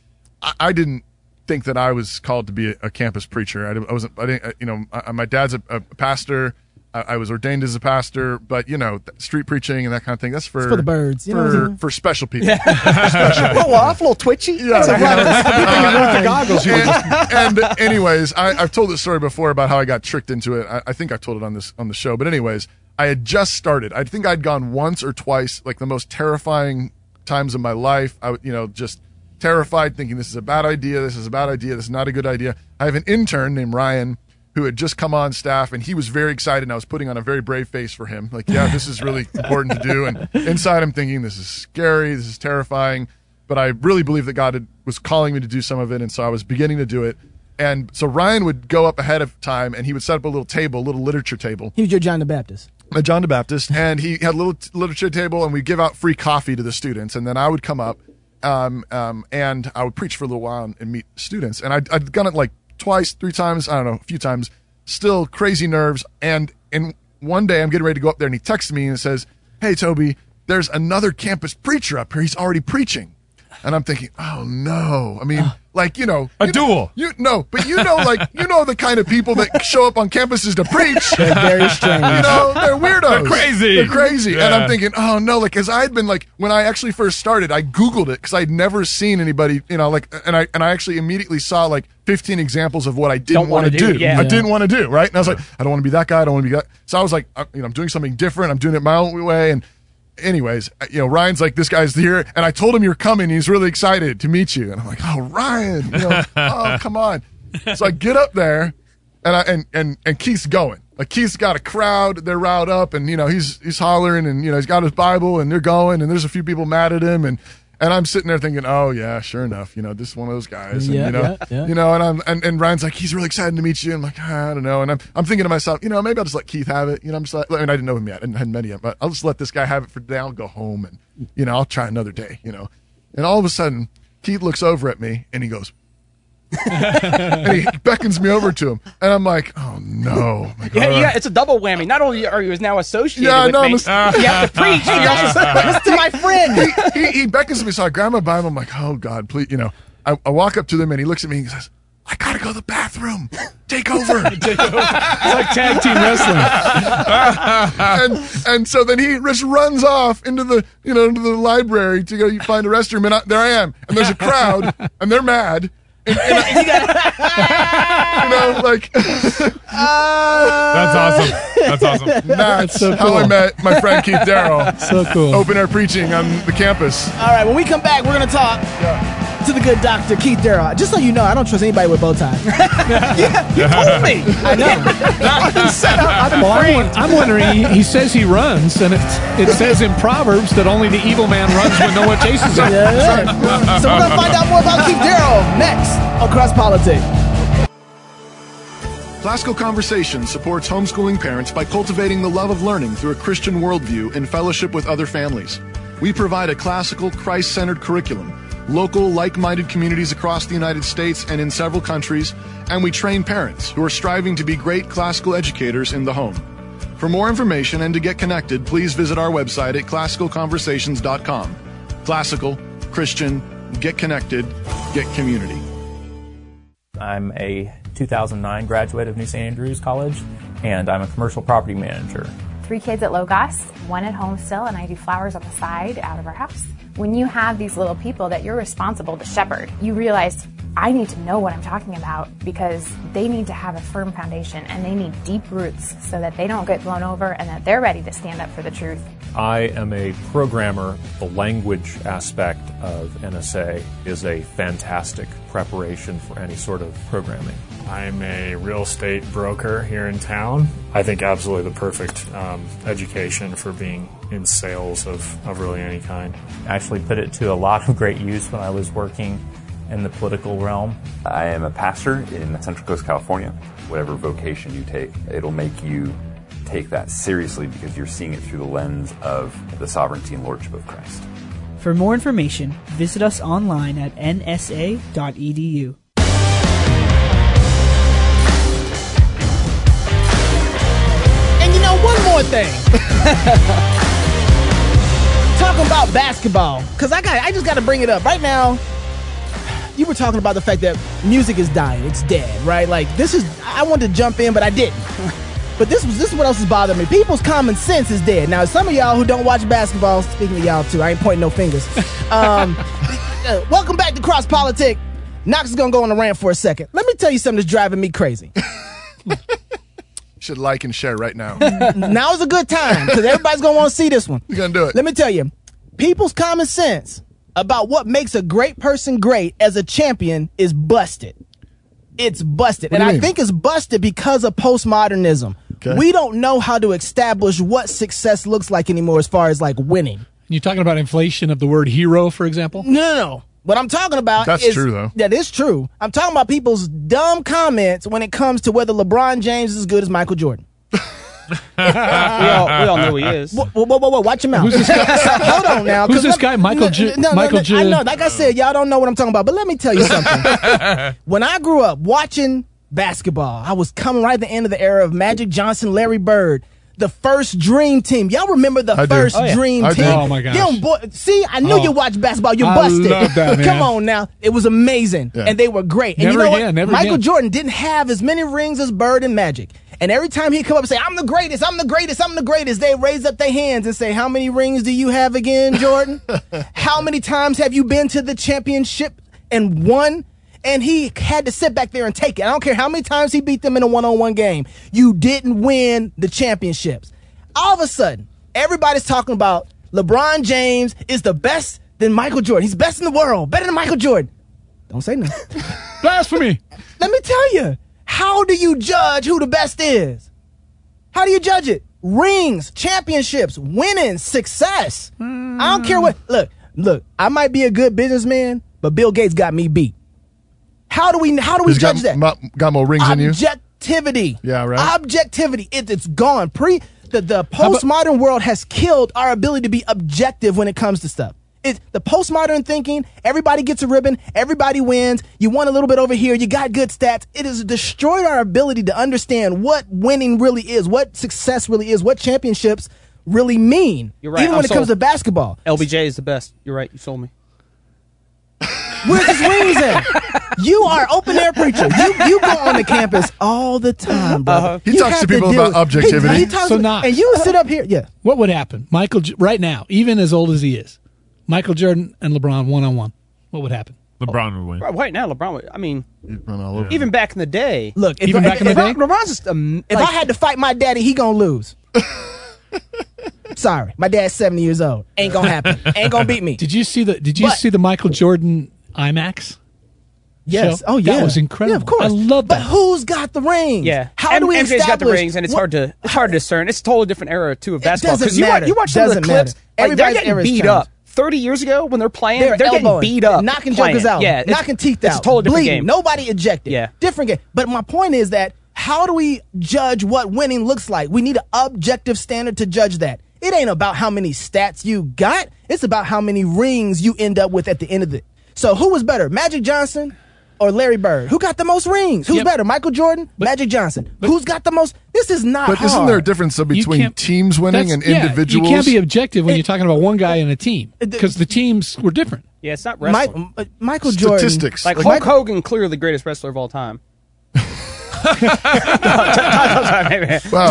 C: I, I didn't think that I was called to be a, a campus preacher. I, I, wasn't. I didn't. uh, You know, I, my dad's a, a pastor. I, I, was ordained as a pastor, but you know, street preaching and that kind of thing. That's for
A: It's for the birds,
C: for,
A: you know what I'm saying?
C: for special people.
A: oh, well, I'm a little twitchy.
C: Yeah.
A: That's a lot of-
C: and, and anyways, I, I've told this story before about how I got tricked into it. I, I think I've told it on this on the show, but anyways, I had just started. I think I'd gone once or twice, like the most terrifying times of my life. I, would- you know, just terrified, thinking this is a bad idea. This is a bad idea. This is not a good idea. I have an intern named Ryan who had just come on staff and he was very excited and I was putting on a very brave face for him. Like, yeah, this is really important to do. And inside I'm thinking this is scary, this is terrifying, but I really believe that God had, was calling me to do some of it. And so I was beginning to do it. And so Ryan would go up ahead of time and he would set up a little table, a little literature table
A: He was your John the Baptist.
C: uh, John the Baptist, and he had a little t- literature table, and we give out free coffee to the students, and then I would come up, um, um, and I would preach for a little while and, and meet students, and I'd, I'd done it like twice, three times, I don't know, a few times, still crazy nerves, and and one day I'm getting ready to go up there, and he texts me and says, "Hey Toby, there's another campus preacher up here. He's already preaching," and I'm thinking, "Oh no!" I
B: (gasps)
C: mean, like you know, you
B: A
C: know-
B: duel.
C: you no, but you know, like you know the kind of people that show up on campuses to preach.
A: They're very strange.
C: You know, they're weirdos.
B: They're crazy.
C: They're crazy. And
B: Yeah.
C: I'm thinking, oh no, like as I had been like when I actually first started, I Googled it because I'd never seen anybody, you know, like and I and I actually immediately saw like 15 examples of what I didn't
E: Don't wanna
C: want to do.
E: do, yeah.
C: I didn't want to do, right? And I was like, I don't want to be that guy, I don't want to be that. So I was like, I, you know, I'm doing something different, I'm doing it my own way. And anyways, uh, you know, Ryan's like, this guy's here, and I told him you're coming, he's really excited to meet you. And I'm like, oh Ryan,
A: (laughs)
C: you know, oh come on. So I get up there and I and and and Keith's going. Like Keith's got a crowd, they're riled up, and you know he's he's hollering, and you know he's got his Bible, and they're going, and there's a few people mad at him, and and I'm sitting there thinking, oh yeah, sure enough, you know this is one of those guys, and,
A: Yeah,
C: you know,
A: yeah, yeah.
C: you know, and I'm and, and Ryan's like he's really excited to meet you, and I'm like I don't know, and I'm I'm thinking to myself, you know maybe I'll just let Keith have it, you know I'm just like, I mean I didn't know him yet, I hadn't met him, yet, but I'll just let this guy have it for now, I'll go home, and you know I'll try another day, you know, and all of a sudden Keith looks over at me and he goes, (laughs) and he beckons me over to him, and I'm like, oh no, I'm like,
E: Yeah,
C: all
E: you
C: right.
E: got, it's a double whammy. Not only are you now associated
C: Yeah, I
E: with
C: know,
E: me,
C: I'm a-
E: you have
C: (laughs)
E: to preach. and you also-
A: Listen to my friend.
C: he, he, he beckons me, so I grab my Bible. I'm like, oh God, please, you know. I, I walk up to him and he looks at me and he says, I gotta go to the bathroom. (laughs) Take over.
J: It's like tag team wrestling.
C: and and so then he just runs off into the you know into the library to go find a restroom and I, there I am and there's a crowd and they're mad. And, and I- you know, like
A: Uh,
B: That's awesome.
O: (laughs)
B: That's awesome.
C: that's
J: so
C: how I
J: cool.
C: met my friend Keith Darrell.
J: So cool.
C: Open air preaching on the campus.
A: All right, when we come back, we're going to talk to the good doctor, Keith Darrow. Just so you know, I don't trust anybody with bow (laughs) tie. yeah, you told me. I know. you set up. I'm
J: I'm, won- I'm wondering. He, he says he runs, and it's, it says in Proverbs that only the evil man runs when no one chases him.
A: Yeah. so we're going to find out more about Keith Darrow next on Cross Politics.
P: Classical Conversation supports homeschooling parents by cultivating the love of learning through a Christian worldview in fellowship with other families. We provide a classical, Christ centered curriculum, local, like minded communities across the United States and in several countries, and we train parents who are striving to be great classical educators in the home. For more information and to get connected, please visit our website at classicalconversations.com. Classical, Christian, get connected, get community.
O: I'm a 2009 graduate of New St. Andrews College, and I'm a commercial property manager.
L: Three kids at Logos, one at home still, and I do flowers on the side out of our house. When you have these little people that you're responsible to shepherd, you realize I need to know what I'm talking about because they need to have a firm foundation and they need deep roots so that they don't get blown over and that they're ready to stand up for the truth.
Q: I am a programmer. The language aspect of NSA is a fantastic preparation for any sort of programming.
R: I'm a real estate broker here in town. I think absolutely the perfect um, education for being in sales of, of really any kind.
O: I actually put it to a lot of great use when I was working in the political realm.
S: I am a pastor in Central Coast, California. Whatever vocation you take, it'll make you take that seriously because you're seeing it through the lens of the sovereignty and lordship of Christ.
T: For more information, visit us online at nsa.edu.
A: And you know, one more thing. (laughs) talking about basketball, because I got, I just got to bring it up right now. You were talking about the fact that music is dying; it's dead, right? Like this is, I wanted to jump in, but I didn't. (laughs) But this was this is what else is bothering me. People's common sense is dead. Now, some of y'all who don't watch basketball, speaking of y'all too, I ain't pointing no fingers. Um, uh, welcome back to Cross Politic. Knox is gonna go on a rant for a second. Let me tell you something that's driving me crazy.
C: Should like and share right now.
A: now is a good time because everybody's gonna want to see this one.
C: You're gonna do it.
A: Let me tell you, people's common sense about what makes a great person great as a champion is busted. It's busted,
C: What
A: and
C: do you
A: I
C: mean?
A: think it's busted because of postmodernism.
C: Okay.
A: We don't know how to establish what success looks like anymore, as far as like winning.
J: You're talking about inflation of the word hero, for example?
A: No, no, no. What I'm talking about
J: That's
A: is-
J: true, though.
A: That is true. I'm talking about people's dumb comments when it comes to whether LeBron James is as good as Michael Jordan.
E: we, all, we all know he is.
A: Whoa, whoa, whoa, whoa, watch your mouth.
E: Who's this guy?
A: (laughs) Hold on now.
E: Who's
A: 'cause
E: this
A: let-
E: guy, Michael
A: no,
E: J-
A: No, no,
E: Michael
A: no,
E: J-
A: I know. Like I said, y'all don't know what I'm talking about, but let me tell you something.
J: (laughs)
A: when I grew up watching basketball, I was coming right at the end of the era of Magic Johnson, Larry Bird. The first dream team. Y'all remember the
J: I do.
A: first
J: Oh, yeah.
A: dream
J: I do.
A: team?
J: Oh, my gosh.
A: Them boy- See, I knew
J: Oh.
A: you watched basketball. You
J: I
A: busted.
J: love that,
A: (laughs)
J: man.
A: Come on now. It was amazing.
J: Yeah.
A: And they were great. and
J: Never
A: you know what?
J: again, never
A: Michael
J: again.
A: Jordan didn't have as many rings as Bird and Magic. And every time he'd come up and say, I'm the greatest, I'm the greatest, I'm the greatest, they raise up their hands and say, How many rings do you have again, Jordan? How many times have you been to the championship and won? And he had to sit back there and take it. I don't care how many times he beat them in a one on one game. You didn't win the championships. All of a sudden, everybody's talking about LeBron James is the best than Michael Jordan. He's best in the world, better than Michael Jordan. Don't say nothing.
J: Blasphemy.
A: Let me tell you, how do you judge who the best is? How do you judge it? Rings, championships, winning, success. I don't care what. Look, look. I might be a good businessman, but Bill Gates got me beat. How do we? How do we
C: He's got
A: judge that?
C: mu- got more rings than you.
A: Objectivity.
C: Yeah, right.
A: Objectivity. It, it's gone. Pre the, the postmodern world has killed our ability to be objective when it comes to stuff. It's the postmodern thinking, everybody gets a ribbon, everybody wins, you won a little bit over here, you got good stats. It has destroyed our ability to understand what winning really is, what success really is, what championships really mean.
E: You're right,
A: Even
E: I'm
A: when it comes
E: sold.
A: to basketball.
E: LBJ is the best. You're right. You sold me.
A: Where's his rings at? You are open air preacher. You you go on the campus all the time, bro.
C: Uh-huh. He talks to people about objectivity.
A: He, he talks
J: So
A: to-
J: not-
A: and you sit up here. Yeah.
J: What would happen? Michael, J- right now, even as old as he is, Michael Jordan and LeBron one on one. What would happen?
B: LeBron would win.
E: Right, right now, LeBron. would- I mean,
C: Run all over.
E: even back in the day.
A: Look, if,
E: even
A: if-
E: back in the
A: if
E: day,
A: I,
E: LeBron's just. Um,
A: if
E: like-
A: I had to fight my daddy, he gonna lose. (laughs) Sorry, my dad's seventy years old. Ain't gonna happen. Ain't gonna beat me.
J: Did you see the Did you
A: But-
J: see the Michael Jordan IMAX?
A: Yes.
J: show?
A: Oh yeah.
J: That was incredible.
A: Yeah, of course.
J: I love
A: But
J: that.
A: who's got the rings?
E: Yeah,
A: How do we
E: MJ's
A: establish?
E: got the rings, and it's
A: what-
E: hard to it's hard to discern. It's a totally different era too of basketball
A: doesn't
E: you watch
A: matter.
E: you watch some of the
A: Doesn't
E: clips.
A: matter.
E: Like, they're
A: Everybody's
E: getting
A: era is
E: beat
A: challenged.
E: up. Thirty years ago, when they're playing,
A: They're
E: they're, getting
A: elbowing,
E: beat up,
A: knocking
E: playing.
A: jokers out,
E: Yeah, it's-
A: knocking teeth out,
E: It's a totally different
A: bleeding.
E: game.
A: Nobody ejected.
E: Yeah.
A: different game. But my point is that how do we judge what winning looks like? We need an objective standard to judge that. It ain't about how many stats you got. It's about how many rings you end up with at the end of it. So who was better, Magic Johnson or Larry Bird? Who got the most rings? Who's better, Michael Jordan, Magic Johnson? Who's got the most? This is not.
C: But isn't
A: hard.
C: there a difference though, between
J: can't-
C: teams winning and
J: That's- yeah,
C: individuals?
J: you can't be objective when you're talking about one guy and a team because the teams were different.
E: Yeah, it's not
A: Mike-
E: wrestling.
A: uh, Michael Jordan.
E: like, Hulk Hogan, clearly the greatest wrestler of all time.
C: Oh.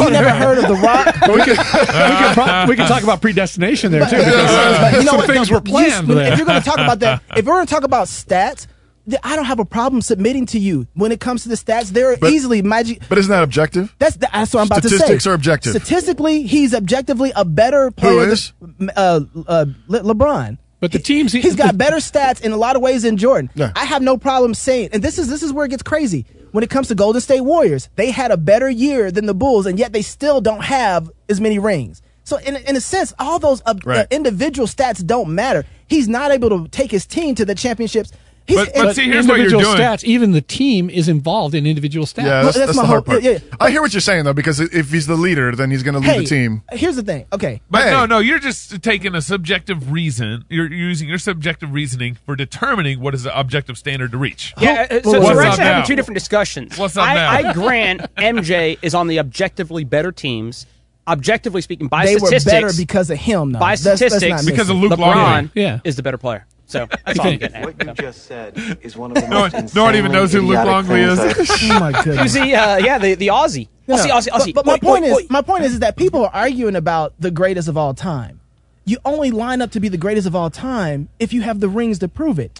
A: You never heard of The
C: (laughs)
A: Rock?
J: we,
P: (laughs)
J: could, (laughs) we, could pro- we could talk about predestination there too. because
A: (laughs)
J: uh,
A: But you know
J: some
A: what?
J: things
A: No,
J: were planned.
A: you-
J: there.
A: if you're
J: (laughs)
A: going to talk about that, if we're going to talk about stats, th- I don't have a problem submitting to you when it comes to the stats. They're
C: But-
A: easily magic.
C: but isn't that objective?
A: That's the, that's what I'm about to say.
C: Statistics are objective.
A: Statistically, he's objectively a better player. than-
C: is?
A: m- uh, uh, Le- LeBron.
J: But the teams he,
A: has got better stats in a lot of ways than Jordan.
C: Yeah.
A: I have no problem saying, and this is this is where it gets crazy. When it comes to Golden State Warriors, they had a better year than the Bulls, and yet they still don't have as many rings. So in, in a sense, all those uh, uh,
C: Right.
A: individual stats don't matter. He's not able to take his team to the championships.
B: But, but see, here's what you're
J: individual
B: doing.
J: stats. Even the team is involved in individual stats.
C: Yeah, that's, that's, the hard part. I hear what you're saying though, because if he's the leader, then he's going to lead
A: Hey,
C: the team.
A: Here's the thing. Okay.
B: But no, no, you're just taking a subjective reason. You're using your subjective reasoning for determining what is the objective standard to reach.
E: Yeah, uh, so, so
B: What's
E: we're
B: up
E: actually
B: now?
E: having two different discussions.
B: What's up
E: I,
B: now?
E: I grant MJ is on the objectively better teams. Objectively speaking, by
A: they were
E: statistics,
A: better because of him. Though.
E: by
A: Let's- let's not
E: statistics,
A: miss it.
E: LeBron is the better player.
B: (laughs)
E: So that's all I'm getting at.
K: What you just said is one
P: (laughs)
K: of the
E: No one-
K: most
E: no one even
K: insanely
E: knows who Luke
K: idiotic
E: Longley
K: things
E: is.
K: I've-
J: (laughs)
A: Oh my goodness.
E: Who's the uh, yeah the, the Aussie?
A: No,
E: Aussie, Aussie, Aussie.
A: But, but my
E: Oi,
A: point
E: oi,
A: is,
E: oi.
A: my point is, is that people are arguing about the greatest of all time. You only line up to be the greatest of all time if you have the rings to prove it.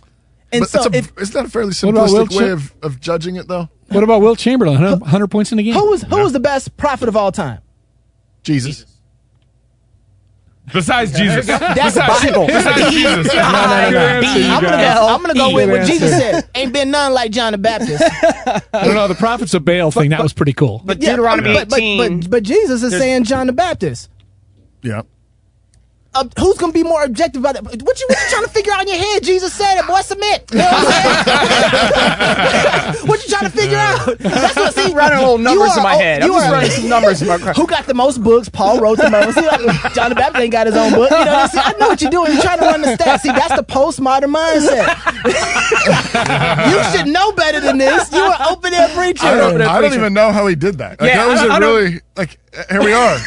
A: And
C: but
A: so,
C: that's a,
A: if,
C: isn't that a fairly
J: What about Will
C: simplistic way
J: Ch-
C: of, of judging it though?
J: What about Will Chamberlain? 100, 100 points in a game.
A: who was who was the best prophet of all time?
C: Jesus.
B: Besides Jesus.
A: That's
B: Besides-
A: Bible.
B: Besides Jesus.
A: No, no, no, no. I'm gonna go. I'm gonna go with what
J: Good
A: Jesus
J: answer.
A: said. Ain't been none like John
E: (laughs)
A: the Baptist.
J: I don't know. The prophets of Baal thing that was pretty cool.
E: But Deuteronomy
A: but, but,
E: 18,
A: but, but Jesus is
E: there's-
A: saying John the Baptist.
C: Yeah.
A: Uh, who's gonna be more objective about that? What you, what you trying to figure out in your head? Jesus said it, boy. Submit. You know what I'm saying? (laughs) what you trying to figure out? That's what. See,
E: running little
A: you
E: numbers
A: are
E: in my
A: o-
E: head. I'm
A: you
E: just
A: are-
E: running some numbers in my
A: (laughs) Who got the most books? Paul wrote the most. You know, John the Baptist ain't got his own book. You know what I'm saying? I know what you're doing. You're trying to run the stats. See, that's the postmodern mindset. (laughs) you should know better than this. You are open air preacher.
C: I don't, I don't even know how he did that. Like,
A: Yeah,
C: that was
A: I don't- I
C: a
A: don't-
C: really like. uh, Here
A: (laughs)
C: we are.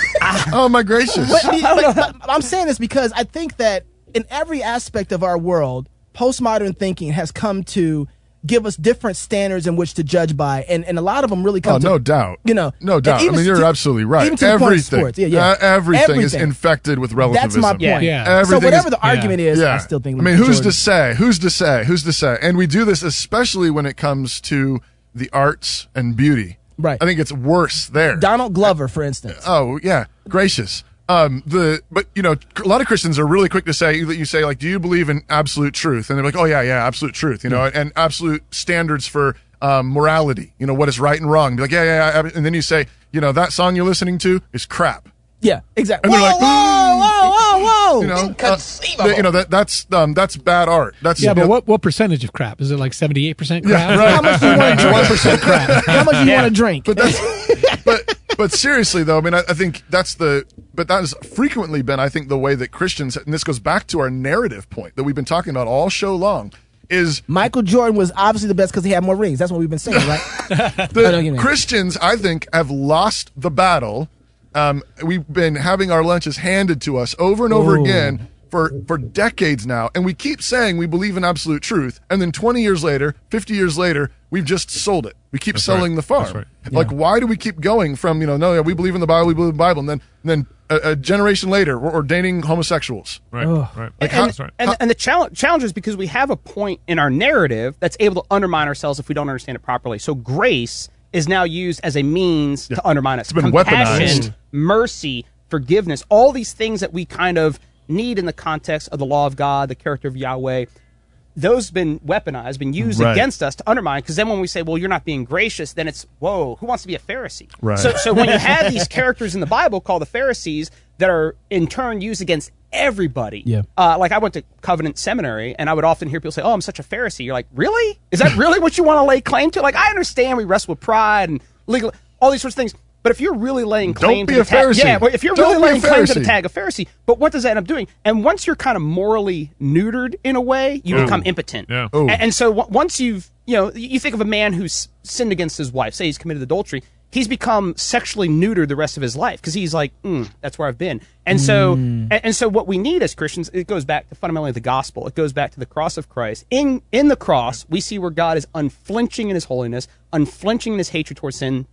C: oh my gracious.
A: But,
C: (laughs)
A: but- but I'm saying this because I think that in every aspect of our world, postmodern thinking has come to give us different standards in which to judge by, and, and a lot of them really come.
C: Oh,
A: to,
C: no doubt.
A: You know,
C: no doubt. I
A: even
C: mean,
A: to-
C: you're absolutely right.
A: Even to the point of
C: everything,
A: sports. Yeah, yeah.
C: Uh, everything, is
A: Everything.
C: infected with relativism.
A: That's my point. Yeah. So
C: Everything
A: whatever
C: is-
A: the argument is, I still think
C: I mean, who's
A: majority-
C: to say? Who's to say? Who's to say? And we do this especially when it comes to the arts and beauty.
A: Right.
C: I think it's worse there.
A: Donald Glover, for instance.
C: Oh yeah, gracious. Um, the but you know a lot of Christians are really quick to say that you say like, do you believe in absolute truth? And they're like, oh yeah, yeah, absolute truth. You know,
A: Mm.
C: and absolute standards for um, morality. You know, what is right and wrong. Be like, yeah, yeah, yeah. And then you say, you know, that song you're listening to is crap.
A: Yeah, exactly.
C: And they're
A: whoa,
C: like,
A: whoa, whoa, whoa, whoa!
C: You know, uh, that- you know that that's um, that's bad art. That's
J: yeah,
C: you
J: but
C: know,
J: what what percentage of crap is it? Like seventy eight percent
C: Yeah,
J: crap. (laughs)
C: right. How much do you (laughs) wanna drink?
J: One percent crap.
A: How much do you
C: Yeah.
A: want to drink?
C: But (laughs) but seriously though, I mean, I, I think that's the, but that has frequently been, I think, the way that Christians, and this goes back to our narrative point that we've been talking about all show long, is
A: Michael Jordan was obviously the best because he had more rings. That's what we've been saying,
B: (laughs)
A: right?
C: the Christians, I think, have lost the battle. Um, we've been having our lunches handed to us over and over
A: Ooh.
C: again for, for decades now. And we keep saying we believe in absolute truth. And then 20 years later, 50 years later, we've just sold it. We keep
B: That's
C: selling
B: right.
C: the farm.
B: That's right.
C: Like, why do we keep going from, you know, no, yeah, we believe in the Bible, we believe in the Bible. And then, and then a, a generation later, we're ordaining homosexuals.
B: Right, right.
C: Like, how-
E: and, and, and the challenge, challenge is because we have a point in our narrative that's able to undermine ourselves if we don't understand it properly. So grace is now used as a means to undermine us.
C: been
E: Compassion,
C: weaponized.
E: mercy, forgiveness, all these things that we kind of need in the context of the law of God, the character of Yahweh. Those have been weaponized, been used
F: Right.
E: against us to undermine. Because then when we say, "Well, you're not being gracious," then it's, "Whoa, who wants to be a Pharisee?"
F: Right.
E: So, so
F: (laughs)
E: when you have these characters in the Bible called the Pharisees that are in turn used against everybody,
F: Yeah.
E: uh, like I went to Covenant Seminary, and I would often hear people say, "Oh, I'm such a Pharisee." You're like, "Really? Is that really what you want to lay claim to?" Like, I understand we wrestle with pride and legal, all these sorts of things. But if you're really laying
F: Don't
E: claim
F: be
E: to
F: a
E: the tag,
F: Pharisee.
E: yeah, well, if you're
F: Don't
E: really
F: be a
E: laying claim to the
F: Pharisee.
E: tag of Pharisee, but what does that end up doing? And once you're kind of morally neutered in a way, you
F: Ooh.
E: become impotent.
F: Yeah.
E: A- And, so w- once you've, you know, you think of a man who's sinned against his wife, say he's committed adultery, he's become sexually neutered the rest of his life because he's like, mm, that's where I've been. And so,
F: Mm.
E: and, and so what we need as Christians, it goes back to fundamentally the gospel. It goes back to the cross of Christ. In, in the cross, we see where God is unflinching in his holiness, unflinching in his hatred towards sin,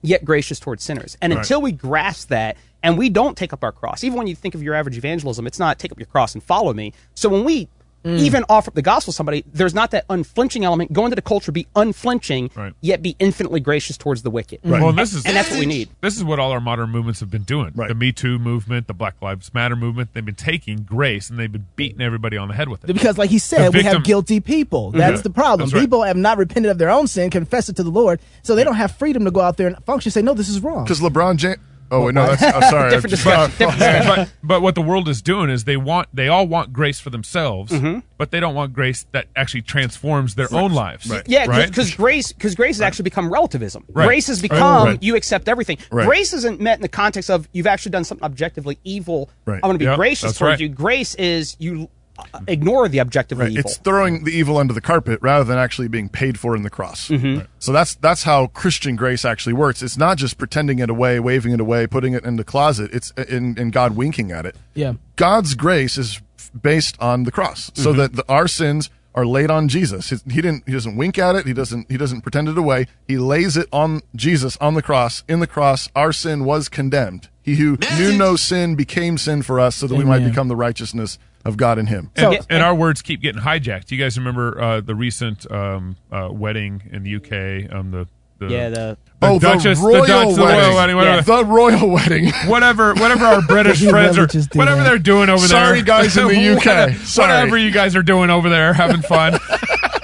E: yet gracious towards sinners. And
F: Right.
E: until we grasp that and we don't take up our cross, even when you think of your average evangelism, it's not take up your cross and follow me. So when we even offer up the gospel to somebody, there's not that unflinching element. Go into the culture, be unflinching, yet be infinitely gracious towards the wicked.
B: Well, and this is
E: and that's what we need.
B: This is what all our modern movements have been doing. The Me Too movement, the Black Lives Matter movement. They've been taking grace and they've been beating everybody on the head with it.
A: Because, like he
B: The
A: said, we
B: victim-
A: have guilty people.
B: Mhm.
A: That's the problem.
B: That's right.
A: People have not repented of their own sin, confessed it to the Lord, so they don't have freedom to go out there and function. Say, no, this is wrong.
C: Because LeBron James, Oh, wait, no, that's, oh, sorry.
B: but, but, but what the world is doing is they want they all want grace for themselves, but they don't want grace that actually transforms their own lives.
E: Yeah,
B: right.
E: because grace, because grace has actually become relativism.
B: Right.
E: Grace has
B: Right.
E: become
B: Right.
E: you accept everything.
B: Right.
E: Grace isn't meant in the context of you've actually done something objectively evil.
C: Right.
E: I'm going to be
C: Yep,
E: gracious
C: that's
E: towards
C: right.
E: you. Grace is you uh, ignore the objectively evil.
C: It's throwing the evil under the carpet rather than actually being paid for in the cross. So that's that's how Christian grace actually works. It's not just pretending it away, waving it away, putting it in the closet. It's in, in God winking at it.
A: Yeah.
C: God's grace is f- based on the cross, so
A: Mhm.
C: that the, our sins are laid on Jesus. He, he didn't. He doesn't wink at it. He doesn't. He doesn't pretend it away. He lays it on Jesus on the cross. In the cross, our sin was condemned. He who knew no sin became sin for us, so that we might
B: Amen.
C: become the righteousness of God in Him.
B: And, and our words keep getting hijacked. You guys remember uh, the recent um, uh, wedding in the UK? Um, the, the
E: Yeah, the-
C: Oh, the
B: Duchess,
C: royal
B: the Duchess, the
C: wedding.
B: royal wedding, whatever.
C: Yeah. The royal wedding.
B: whatever,
C: (laughs)
B: whatever our British
C: Yeah,
B: friends are,
C: we just do
B: whatever
C: that.
B: they're doing over there.
C: Sorry, guys
B: (laughs)
C: in the
B: Whatever-
C: UK. Sorry.
B: whatever you guys are doing over there,
C: (laughs)
B: having fun.
C: (laughs)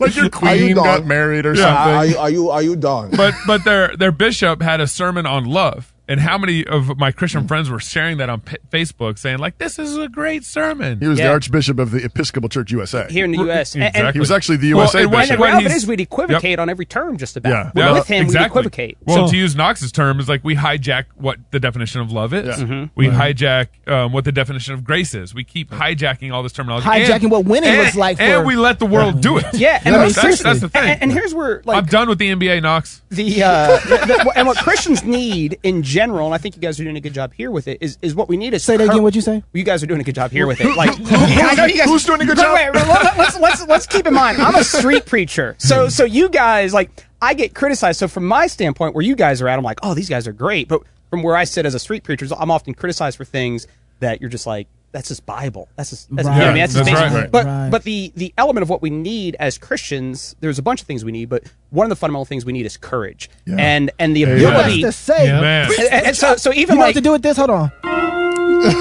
C: like your queen got married or something.
F: Are, you are you done?
B: but but their their bishop had a sermon on love, and how many of my Christian
C: Mm-hmm.
B: friends were sharing that on P- Facebook, saying like, "This is a great sermon."
C: He was
B: Yeah.
C: the Archbishop of the Episcopal Church USA.
E: here in the U.S. And- and-
C: He was actually the USA
E: Well, and,
C: bishop.
E: and Rob, it is we'd equivocate on every term just about.
B: Yeah.
E: Well,
B: Yeah.
E: With him,
B: Exactly.
E: we equivocate.
B: Well, to use Knox's term, is like we hijack what the definition of love is.
A: Yeah. Mhm.
B: We
A: Right.
B: hijack um, what the definition of grace is. We keep hijacking all this terminology,
A: Hijacking
B: And-
A: what winning
B: and-
A: was like
B: and
A: for-
B: we let the world do it.
E: Yeah,
B: (laughs)
E: and I mean,
B: that's, that's,
E: seriously.
B: that's the thing.
E: And, and here's where like
B: I'm done with the NBA, Knox.
E: the, uh, the- and what Christians need in general, and I think you guys are doing a good job here with it, is, is what we need is say that again. What
A: you say?
E: You guys are doing a good job here with it. Like,
U: who's- who's doing a good job?
E: Wait, wait, let- let's, let's let's keep in mind, I'm a street preacher,
U: Mm-hmm.
E: so so you guys like I get criticized. So from my standpoint, where you guys are at, I'm like, oh, these guys are great. But from where I sit as a street preacher, I'm often criticized for things that you're just like. That's just Bible. That's just that's, you know what I mean?
B: Right.
E: That's just
B: That's
E: basic.
B: right.
E: But
B: Right.
E: but the the element of what we need as Christians, there's a bunch of things we need, but one of the fundamental things we need is courage and and the
A: Amen.
E: ability
A: You're about to say- Yeah. Man.
E: And, and- and so so even
A: you know
E: like
A: what to do with this? Hold on.
E: (laughs)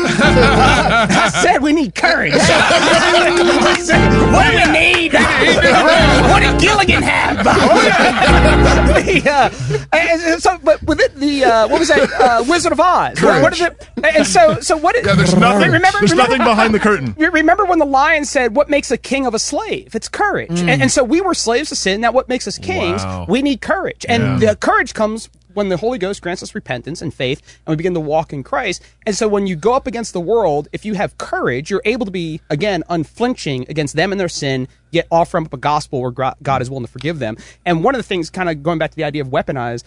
E: I said, we need courage. (laughs) I said, what do we need? (laughs) what did Gilligan
A: (laughs)
E: have? (laughs) the, uh, and- and so, but with it, the uh, what was that? Uh, Wizard of Oz. What, what is it? And so, so what? Is,
C: Yeah, (laughs) there's nothing.
E: Remember,
C: there's
E: remember-
C: nothing behind the (laughs) curtain.
E: Re- Remember when the lion said, "What makes a king of a slave? It's courage." And, and so we were slaves to sin. Now, what makes us kings?
G: Wow.
E: We need courage, and the courage comes when the Holy Ghost grants us repentance and faith, and we begin to walk in Christ. And so, when you go up against the world, if you have courage, you're able to be again unflinching against them and their sin, yet offer up a gospel where gro- God is willing to forgive them. And one of the things, kind of going back to the idea of weaponized.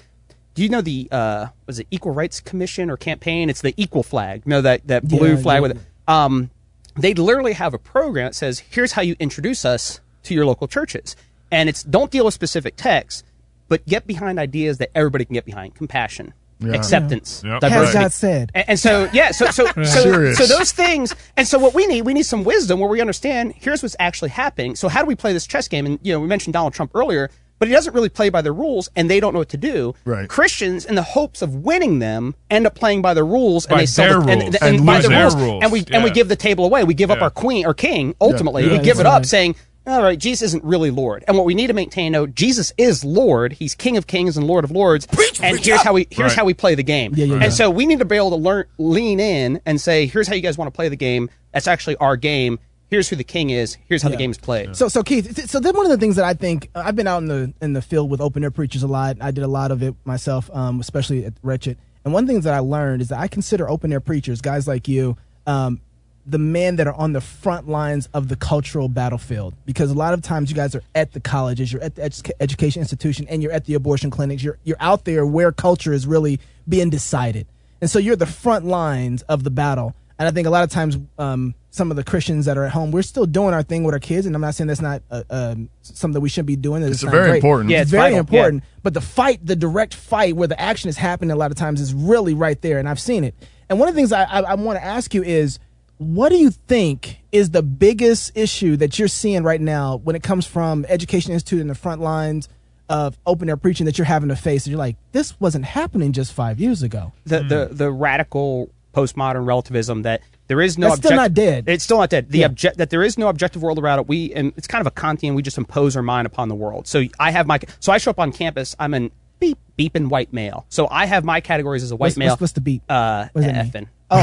E: Do you know the uh, was it Equal Rights Commission or campaign? It's the equal flag. No, that that blue
G: Yeah,
E: flag
G: yeah.
E: with it um, they literally have a program that says, here's how you introduce us to your local churches. And it's don't deal with specific texts, but get behind ideas that everybody can get behind compassion,
A: Yeah.
E: acceptance,
A: Yeah. Yep. Has
E: diversity.
A: God said.
E: And, and so, yeah, so,
A: (laughs)
E: so, so, so,
A: Serious.
E: those things. And so, what we need, we need some wisdom where we understand here's what's actually happening. So, how do we play this chess game? And, you know, we mentioned Donald Trump earlier, but he doesn't really play by the rules and they don't know what to do.
C: Right.
E: Christians, in the hopes of winning them, end up playing by the rules
C: By
E: and they sell
C: their
E: the, and-
C: rules.
E: And, and
C: And
E: by
C: lose
E: the
C: their
E: rules.
C: rules.
E: And we, and we
C: Yeah.
E: give the table away. We give up
C: Yeah.
E: our queen or king ultimately.
C: Yeah,
E: we give
C: that's
E: it up
C: right.
E: saying, all right, Jesus isn't really Lord. And what we need to maintain, no, Jesus is Lord. He's King of Kings and Lord of Lords. and
F: preach
E: here's
F: up.
E: how we here's
F: Right.
E: how we play the game.
F: yeah,
E: and
F: yeah.
E: so we need to be able to learn lean in and say, here's how you guys want to play the game. That's actually our game. Here's who the king is. Here's how the game is played.
A: So, so Keith, th- so then one of the things that I think uh, I've been out in the in the field with open air preachers a lot. I did a lot of it myself, um, especially at Wretched. And one thing that I learned is that I consider open air preachers, guys like you, um, the men that are on the front lines of the cultural battlefield. Because a lot of times you guys are at the colleges, you're at the edu- education institution, and you're at the abortion clinics. You're you're out there where culture is really being decided, and so you're the front lines of the battle. And I think a lot of times, um, some of the Christians that are at home, we're still doing our thing with our kids. And I'm not saying that's not uh, um, something that we shouldn't be doing. that
C: It's
A: not
C: very
A: great.
C: important. Yeah,
A: it's,
C: it's
A: very
C: vital.
A: important. But the fight, the direct fight where the action is happening a lot of times is really right there. And I've seen it. And one of the things I, I, I want to ask you is what do you think is the biggest issue that you're seeing right now when it comes from Education Institute and the front lines of open air preaching that you're having to face? And you're like, this wasn't happening just five years ago.
E: the the the radical postmodern relativism that there is no
A: That's still not dead.
E: It's still not dead. The
A: Yeah.
E: obje- that there is no objective world around it. We and it's kind of a Kantian. We just impose our mind upon the world. So I have my so I show up on campus. I'm an beep beep and white male. So I have my categories as a white
A: What's-
E: male.
A: what's- what's the beep?
E: Uh,
A: What does that
E: effing. Oh.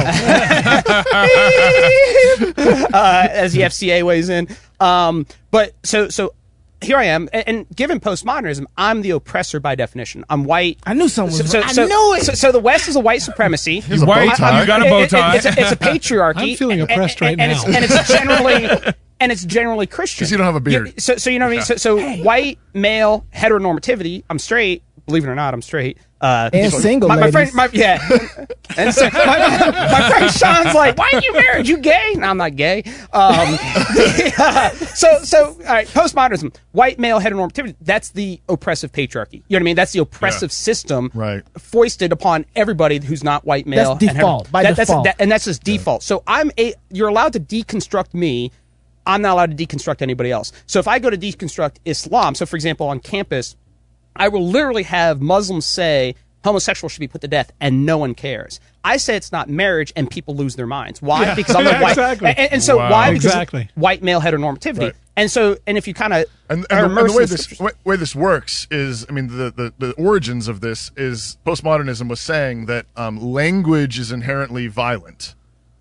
E: uh, as the FCA weighs in. Um, but so so here I am, and, and given postmodernism, I'm the oppressor by definition. I'm white. I knew someone.
A: was right. I knew it.
E: So, so the West is a white supremacy.
A: (laughs) He's a bow
E: I'm-
A: tie.
E: I'm-
A: You got a bow
E: it- it-
A: tie.
E: it's, a, it's a patriarchy.
J: I'm feeling
E: and-
J: oppressed
E: and-
J: right
E: and
J: now.
E: It's, and
A: (laughs)
E: it's generally and it's generally Christian.
C: Because you don't have a beard.
E: Yeah, so, so you know what I mean. So, so white male heteronormativity. I'm straight. Believe it or not, I'm straight. Uh,
A: And single,
E: My, my friend, my,
A: ladies.
E: yeah.
A: (laughs)
E: and so, my, my friend Sean's like, "Why are you married? You gay?" No, I'm not gay. Um, (laughs) yeah. So, so all right. Postmodernism, white male heteronormativity. That's the oppressive patriarchy. You know what I mean? That's the oppressive system
C: right.
E: foisted upon everybody who's not white male.
A: That's
E: and
A: default,
E: heter-
A: by
E: that- that's-
A: default.
E: that- and that's just default. So I'm a. You're allowed to deconstruct me. I'm not allowed to deconstruct anybody else. So if I go to deconstruct Islam, so for example on campus, I will literally have Muslims say homosexuals should be put to death, and no one cares. I say it's not marriage, and people lose their minds. Why?
J: Yeah.
E: Because I'm
J: Yeah, (laughs)
E: like white.
J: exactly.
E: And, and so
J: Wow.
E: why? Because
J: Exactly.
E: white male heteronormativity.
C: Right.
E: And so and if you kind of
C: And, and the, and the way this way, way this works is, I mean, the, the, the origins of this is postmodernism was saying that um, language is inherently violent,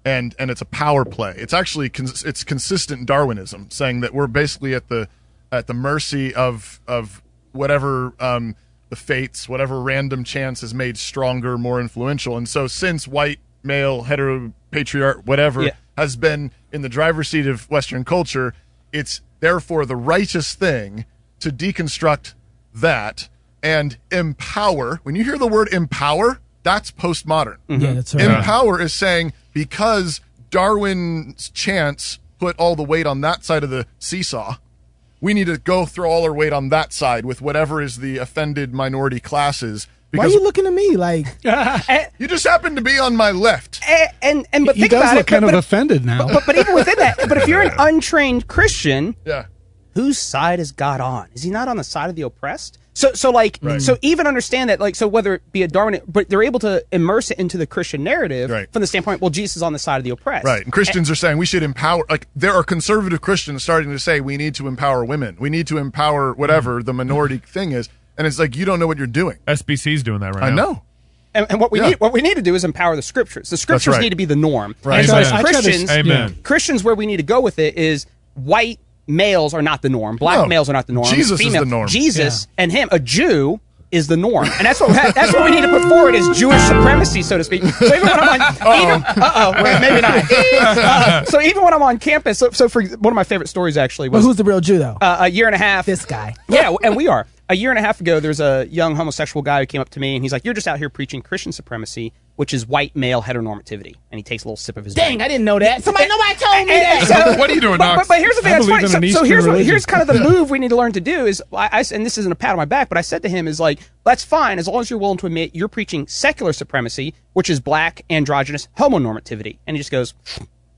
C: and and it's a power play. It's actually cons- it's consistent Darwinism, saying that we're basically at the at the mercy of of whatever um, the fates, whatever random chance has made stronger, more influential. And so, since white male hetero patriarch whatever
E: Yeah.
C: has been in the driver's seat of Western culture, it's therefore the righteous thing to deconstruct that and empower. When you hear the word empower, that's postmodern.
A: Mm-hmm. Yeah, that's right.
C: Empower is saying because Darwin's chance put all the weight on that side of the seesaw, we need to go throw all our weight on that side with whatever is the offended minority classes.
A: Why are
C: Because
A: you looking at me like?
C: you just happen to be on my left.
E: and Eh, and, and but
J: he
E: think
J: does
E: about
J: look
E: it,
J: kind
E: but,
J: of
E: but,
J: offended now.
E: but, but even within that, but if you're
J: (laughs)
E: an untrained Christian,
C: yeah.
E: whose side is God on? Is he not on the side of the oppressed? So, so like,
C: Right.
E: so even understand that, like, so whether it be a Darwin, but they're able to immerse it into the Christian narrative from the standpoint, well, Jesus is on the side of the oppressed.
C: Right. And Christians are saying we should empower, like, there are conservative Christians starting to say we need to empower women. We need to empower whatever the minority thing is. And it's like, you don't know what you're doing.
B: SBC's doing that right
C: I
B: now.
C: know.
E: And, and what we
C: Yeah.
E: need, what we need to do is empower the scriptures. The scriptures
C: right.
E: need to be the norm.
C: Right.
E: And so as
C: Amen. I try to-
E: Christians,
C: Amen.
E: Christians, where we need to go with it is white males are not the norm. Black
C: No.
E: males are not the norm.
C: Jesus is the norm.
E: Jesus and him, a Jew. Is the norm, and that's what that's what we need to put forward is Jewish supremacy, so to speak. So even when I'm on, uh oh, maybe not.
C: (laughs)
E: Uh, so even when I'm on campus, so, so for one of my favorite stories actually
A: But
E: was
A: who's the real Jew though?
E: uh, a year and a half.
A: This guy.
E: Yeah, and we are. A year and a half ago, there's a young homosexual guy who came up to me and he's like, "You're just out here preaching Christian supremacy, which is white male heteronormativity." And he takes a little sip of his.
A: Dang, I didn't know that. Somebody, nobody told me
E: And-
C: (laughs)
A: that.
E: and so-
B: (laughs) What are you doing,
E: but,
B: Knox?
E: But, but here's the thing
B: I
E: that's
B: believe
E: funny.
B: in an
E: So, so
B: Eastern
E: here's what-
B: religion.
E: here's kind of the
B: (laughs)
E: move we need to learn to do is I, I s- and this isn't a pat on my back, but I said to him is like that's fine as long as you're willing to admit you're preaching secular supremacy, which is black androgynous homonormativity. And he just goes,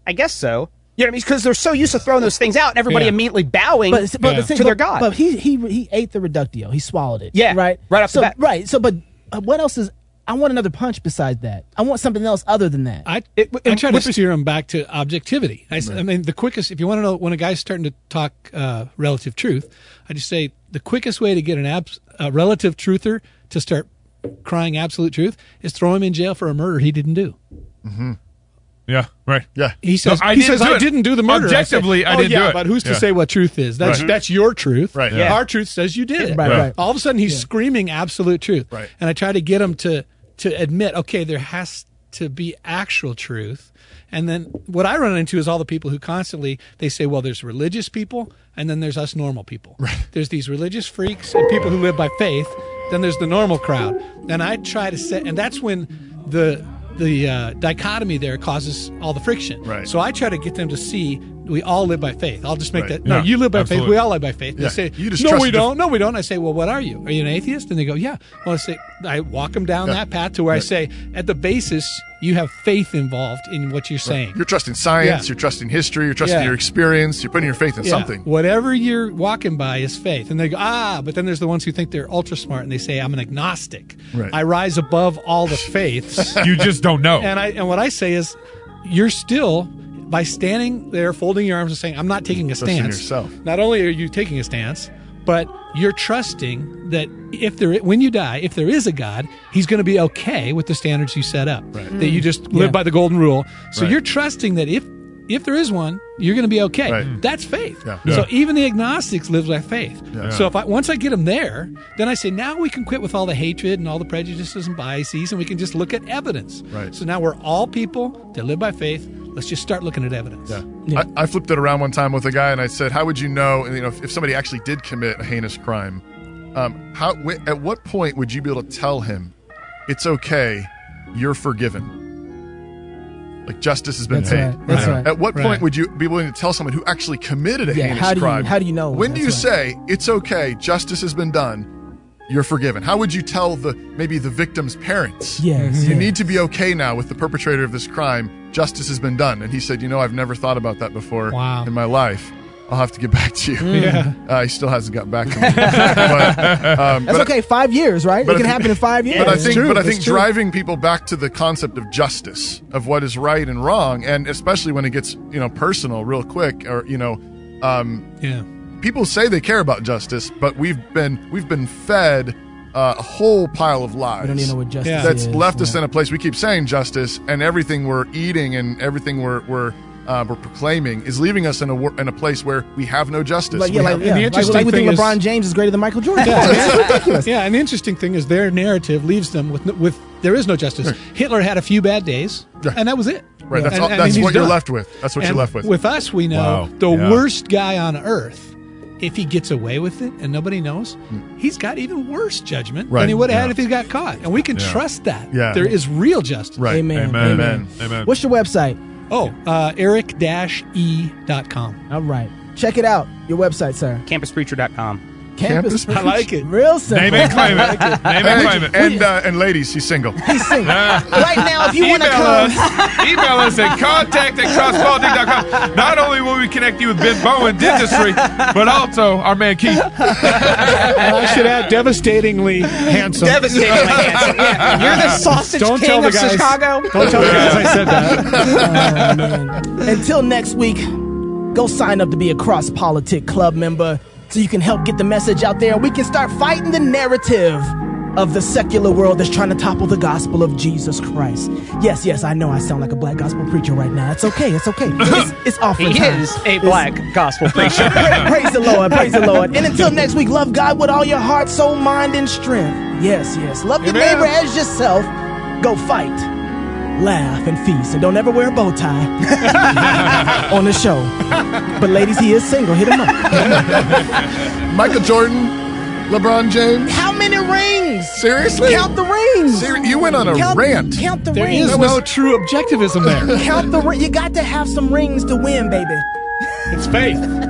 E: I guess so. You know what I mean? Because they're so used to throwing those things out, and everybody
A: Yeah.
E: immediately bowing
A: But, but the thing,
E: to their
A: but-
E: god.
A: But he he he ate the reductio. He swallowed it.
E: Yeah,
A: Right.
E: right off the
A: so,
E: bat.
A: Right. So, but uh, what else is? I want another punch besides that. I want something else other than that.
J: I, I try to steer them back to objectivity. I, s- I mean, the quickest, if you want to know when a guy's starting to talk uh, relative truth, I just say the quickest way to get an abs, a relative truther to start crying absolute truth is throw him in jail for a murder he didn't do.
B: Yeah, right.
C: Yeah.
J: He says,
B: I
J: he
B: didn't
J: says
B: do
J: I
B: it.
J: didn't do the murder. I say,
B: Objectively, I
J: "Oh,
B: didn't
J: yeah,
B: do it."
J: But who's to
B: Yeah.
J: say what truth is? That's
B: Right.
J: that's your truth.
B: Right. Yeah.
J: Our truth says you did it.
A: Right, right.
J: All of a sudden, he's screaming absolute truth.
A: Right.
J: And I try to get him to to admit, okay, there has to be actual truth. And then what I run into is all the people who constantly they say, well, there's religious people, and then there's us normal people. Right. There's these religious freaks and people who live by faith. Then there's the normal crowd. And I try to set, and that's when the the uh, dichotomy there causes all the friction. Right. So I try to get them to see we all live by faith. I'll just make
C: Right.
J: that. No,
C: Yeah,
J: you live by faith.
C: absolutely.
J: We all live by faith. They
C: Yeah.
J: say,
C: You just
J: no,
C: trust
J: we
C: the-
J: don't. No, we don't. I say, well, what are you? Are you an atheist? And they go, yeah. Well, I say, I walk them down
C: Yeah.
J: that path to where I
C: Right.
J: say, at the basis, you have faith involved in what you're saying.
C: You're trusting science,
J: Yeah.
C: you're trusting history, you're trusting
J: Yeah.
C: your experience, you're putting your faith in
J: Yeah.
C: something.
J: Whatever you're walking by is faith. And they go, ah, but then there's the ones who think they're ultra smart and they say, I'm an agnostic.
B: Right.
J: I rise above all
C: (laughs)
J: the faiths.
B: You just don't know.
J: (laughs) And I and what I say is, you're still by standing there, folding your arms and saying, "I'm not taking a
C: Trusting
J: stance."
C: yourself.
J: Not only are you taking a stance, but you're trusting that if there when you die if there is a god he's going to be okay with the standards you set up
I: Right.
J: that you just live
I: Yeah.
J: by the golden rule so
I: Right.
J: you're trusting that if if there is one you're going to be okay Mm. that's faith
I: Yeah.
J: so even the agnostics live by faith
I: Yeah.
J: so if i once i get them there then i say now we can quit with all the hatred and all the prejudices and biases and we can just look at evidence
C: Right.
J: so now we're all people that live by faith let's just start looking at evidence yeah.
C: I, I flipped it around one time with a guy, and I said, "How would you know? You know, if, if somebody actually did commit a heinous crime, um, how? Wh- at what point would you be able to tell him it's okay, you're forgiven? Like justice has been
A: That's
C: paid.
A: right, that's right,
C: At what
A: right.
C: point would you be willing to tell someone who actually committed a
A: Yeah,
C: heinous
A: how do you-
C: crime?
A: how do you know?
C: When do you
A: That's
C: say it's okay, justice has been done, you're forgiven? How would you tell the maybe the victim's parents?
A: Yes,
C: you
A: yes.
C: need to be okay now with the perpetrator of this crime. Justice has been done. And he said, you know, I've never thought about that before
J: Wow.
C: in my life. I'll have to get (laughs) back to you.
A: Mm. Yeah.
C: Uh, he still hasn't got back
A: (laughs)
C: to me. but, um,
A: That's
C: but-
A: okay. Five years, right? It
C: but I
A: can
C: thi-
A: happen in five years.
C: But I
A: It's
C: think,
A: true,
C: but I
A: it's
C: think
A: true.
C: driving people back to the concept of justice, of what is right and wrong, and especially when it gets you know personal, real quick, or you know, um,
J: yeah.
C: People say they care about justice, but we've been we've been fed uh, a whole pile of lies.
A: We don't even know what justice
C: That's
A: is,
C: left us
A: yeah.
C: in a place we keep saying justice, and everything we're eating and everything we're we're uh, we're proclaiming is leaving us in a wor- in a place where we have no justice.
A: Like,
C: We
A: Uh, yeah, like,
C: have-
A: yeah, like, like we think LeBron James is greater than Michael Jordan. (laughs)
J: yeah, and the interesting thing is their narrative leaves them with with there is no justice. Hitler had a few bad days, and that was it.
C: Hmm. Right, that's
J: And-
C: all-
J: and
C: that's
J: he's
C: what you're left with. That's what you're
J: And
C: left with.
J: With us, we know
C: Wow,
J: the
C: yeah.
J: worst guy on earth. If he gets away with it and nobody knows, he's got even worse judgment
C: Hmm. Right,
J: than he would have
C: yeah.
J: had if he got caught. And we can
C: Yeah.
J: trust that.
C: Yeah.
J: There is real justice.
C: Right.
A: Amen.
C: Amen.
A: Amen.
C: Amen.
A: What's your website?
J: Oh, uh, eric-e.com.
A: All right. Check it out. Your website, sir.
E: CampusPreacher.com.
A: Campus.
E: I like it.
A: Real simple.
C: and, And, uh, and ladies, he's
A: (laughs)
C: single.
A: He's
C: (laughs)
A: single. right now, if you want to
B: Email
A: come.
B: us, email us at contact at crosspolitic.com. Not only will we connect you with Ben Bowen Dentistry, but also our man Keith. uh,
I: And (laughs) I should add, devastatingly handsome. (laughs)
E: Devastatingly handsome. Yeah. You're the sausage
I: Don't
E: king
I: tell the
E: of
I: guys-
E: Chicago.
I: Don't tell the guys I said that.
A: Until next week, go sign up to be a Cross Politic Club member so you can help get the message out there and we can start fighting the narrative of the secular world that's trying to topple the gospel of Jesus Christ. Yes, yes, I know I sound like a black gospel preacher right now. It's okay, it's okay.
E: (laughs)
A: It's, it's offering
E: He
A: time.
E: is a black gospel preacher.
A: Pra- (laughs) praise the Lord, praise the Lord. And until next week, love God with all your heart, soul, mind, and strength. Yes, yes. Love your
F: Amen.
A: neighbor as yourself. Go fight, laugh, and feast. And don't ever wear a bow tie (laughs) on the show. But ladies, he is single. Hit him up.
C: Michael Jordan, LeBron James.
A: How many rings?
C: Seriously?
A: Count the rings.
C: Seri- you went on a
A: count,
C: rant.
A: Count the
C: There
A: rings.
C: is That was- no
J: true objectivism
A: count the ring. You got to have some rings to win, baby.
J: It's faith.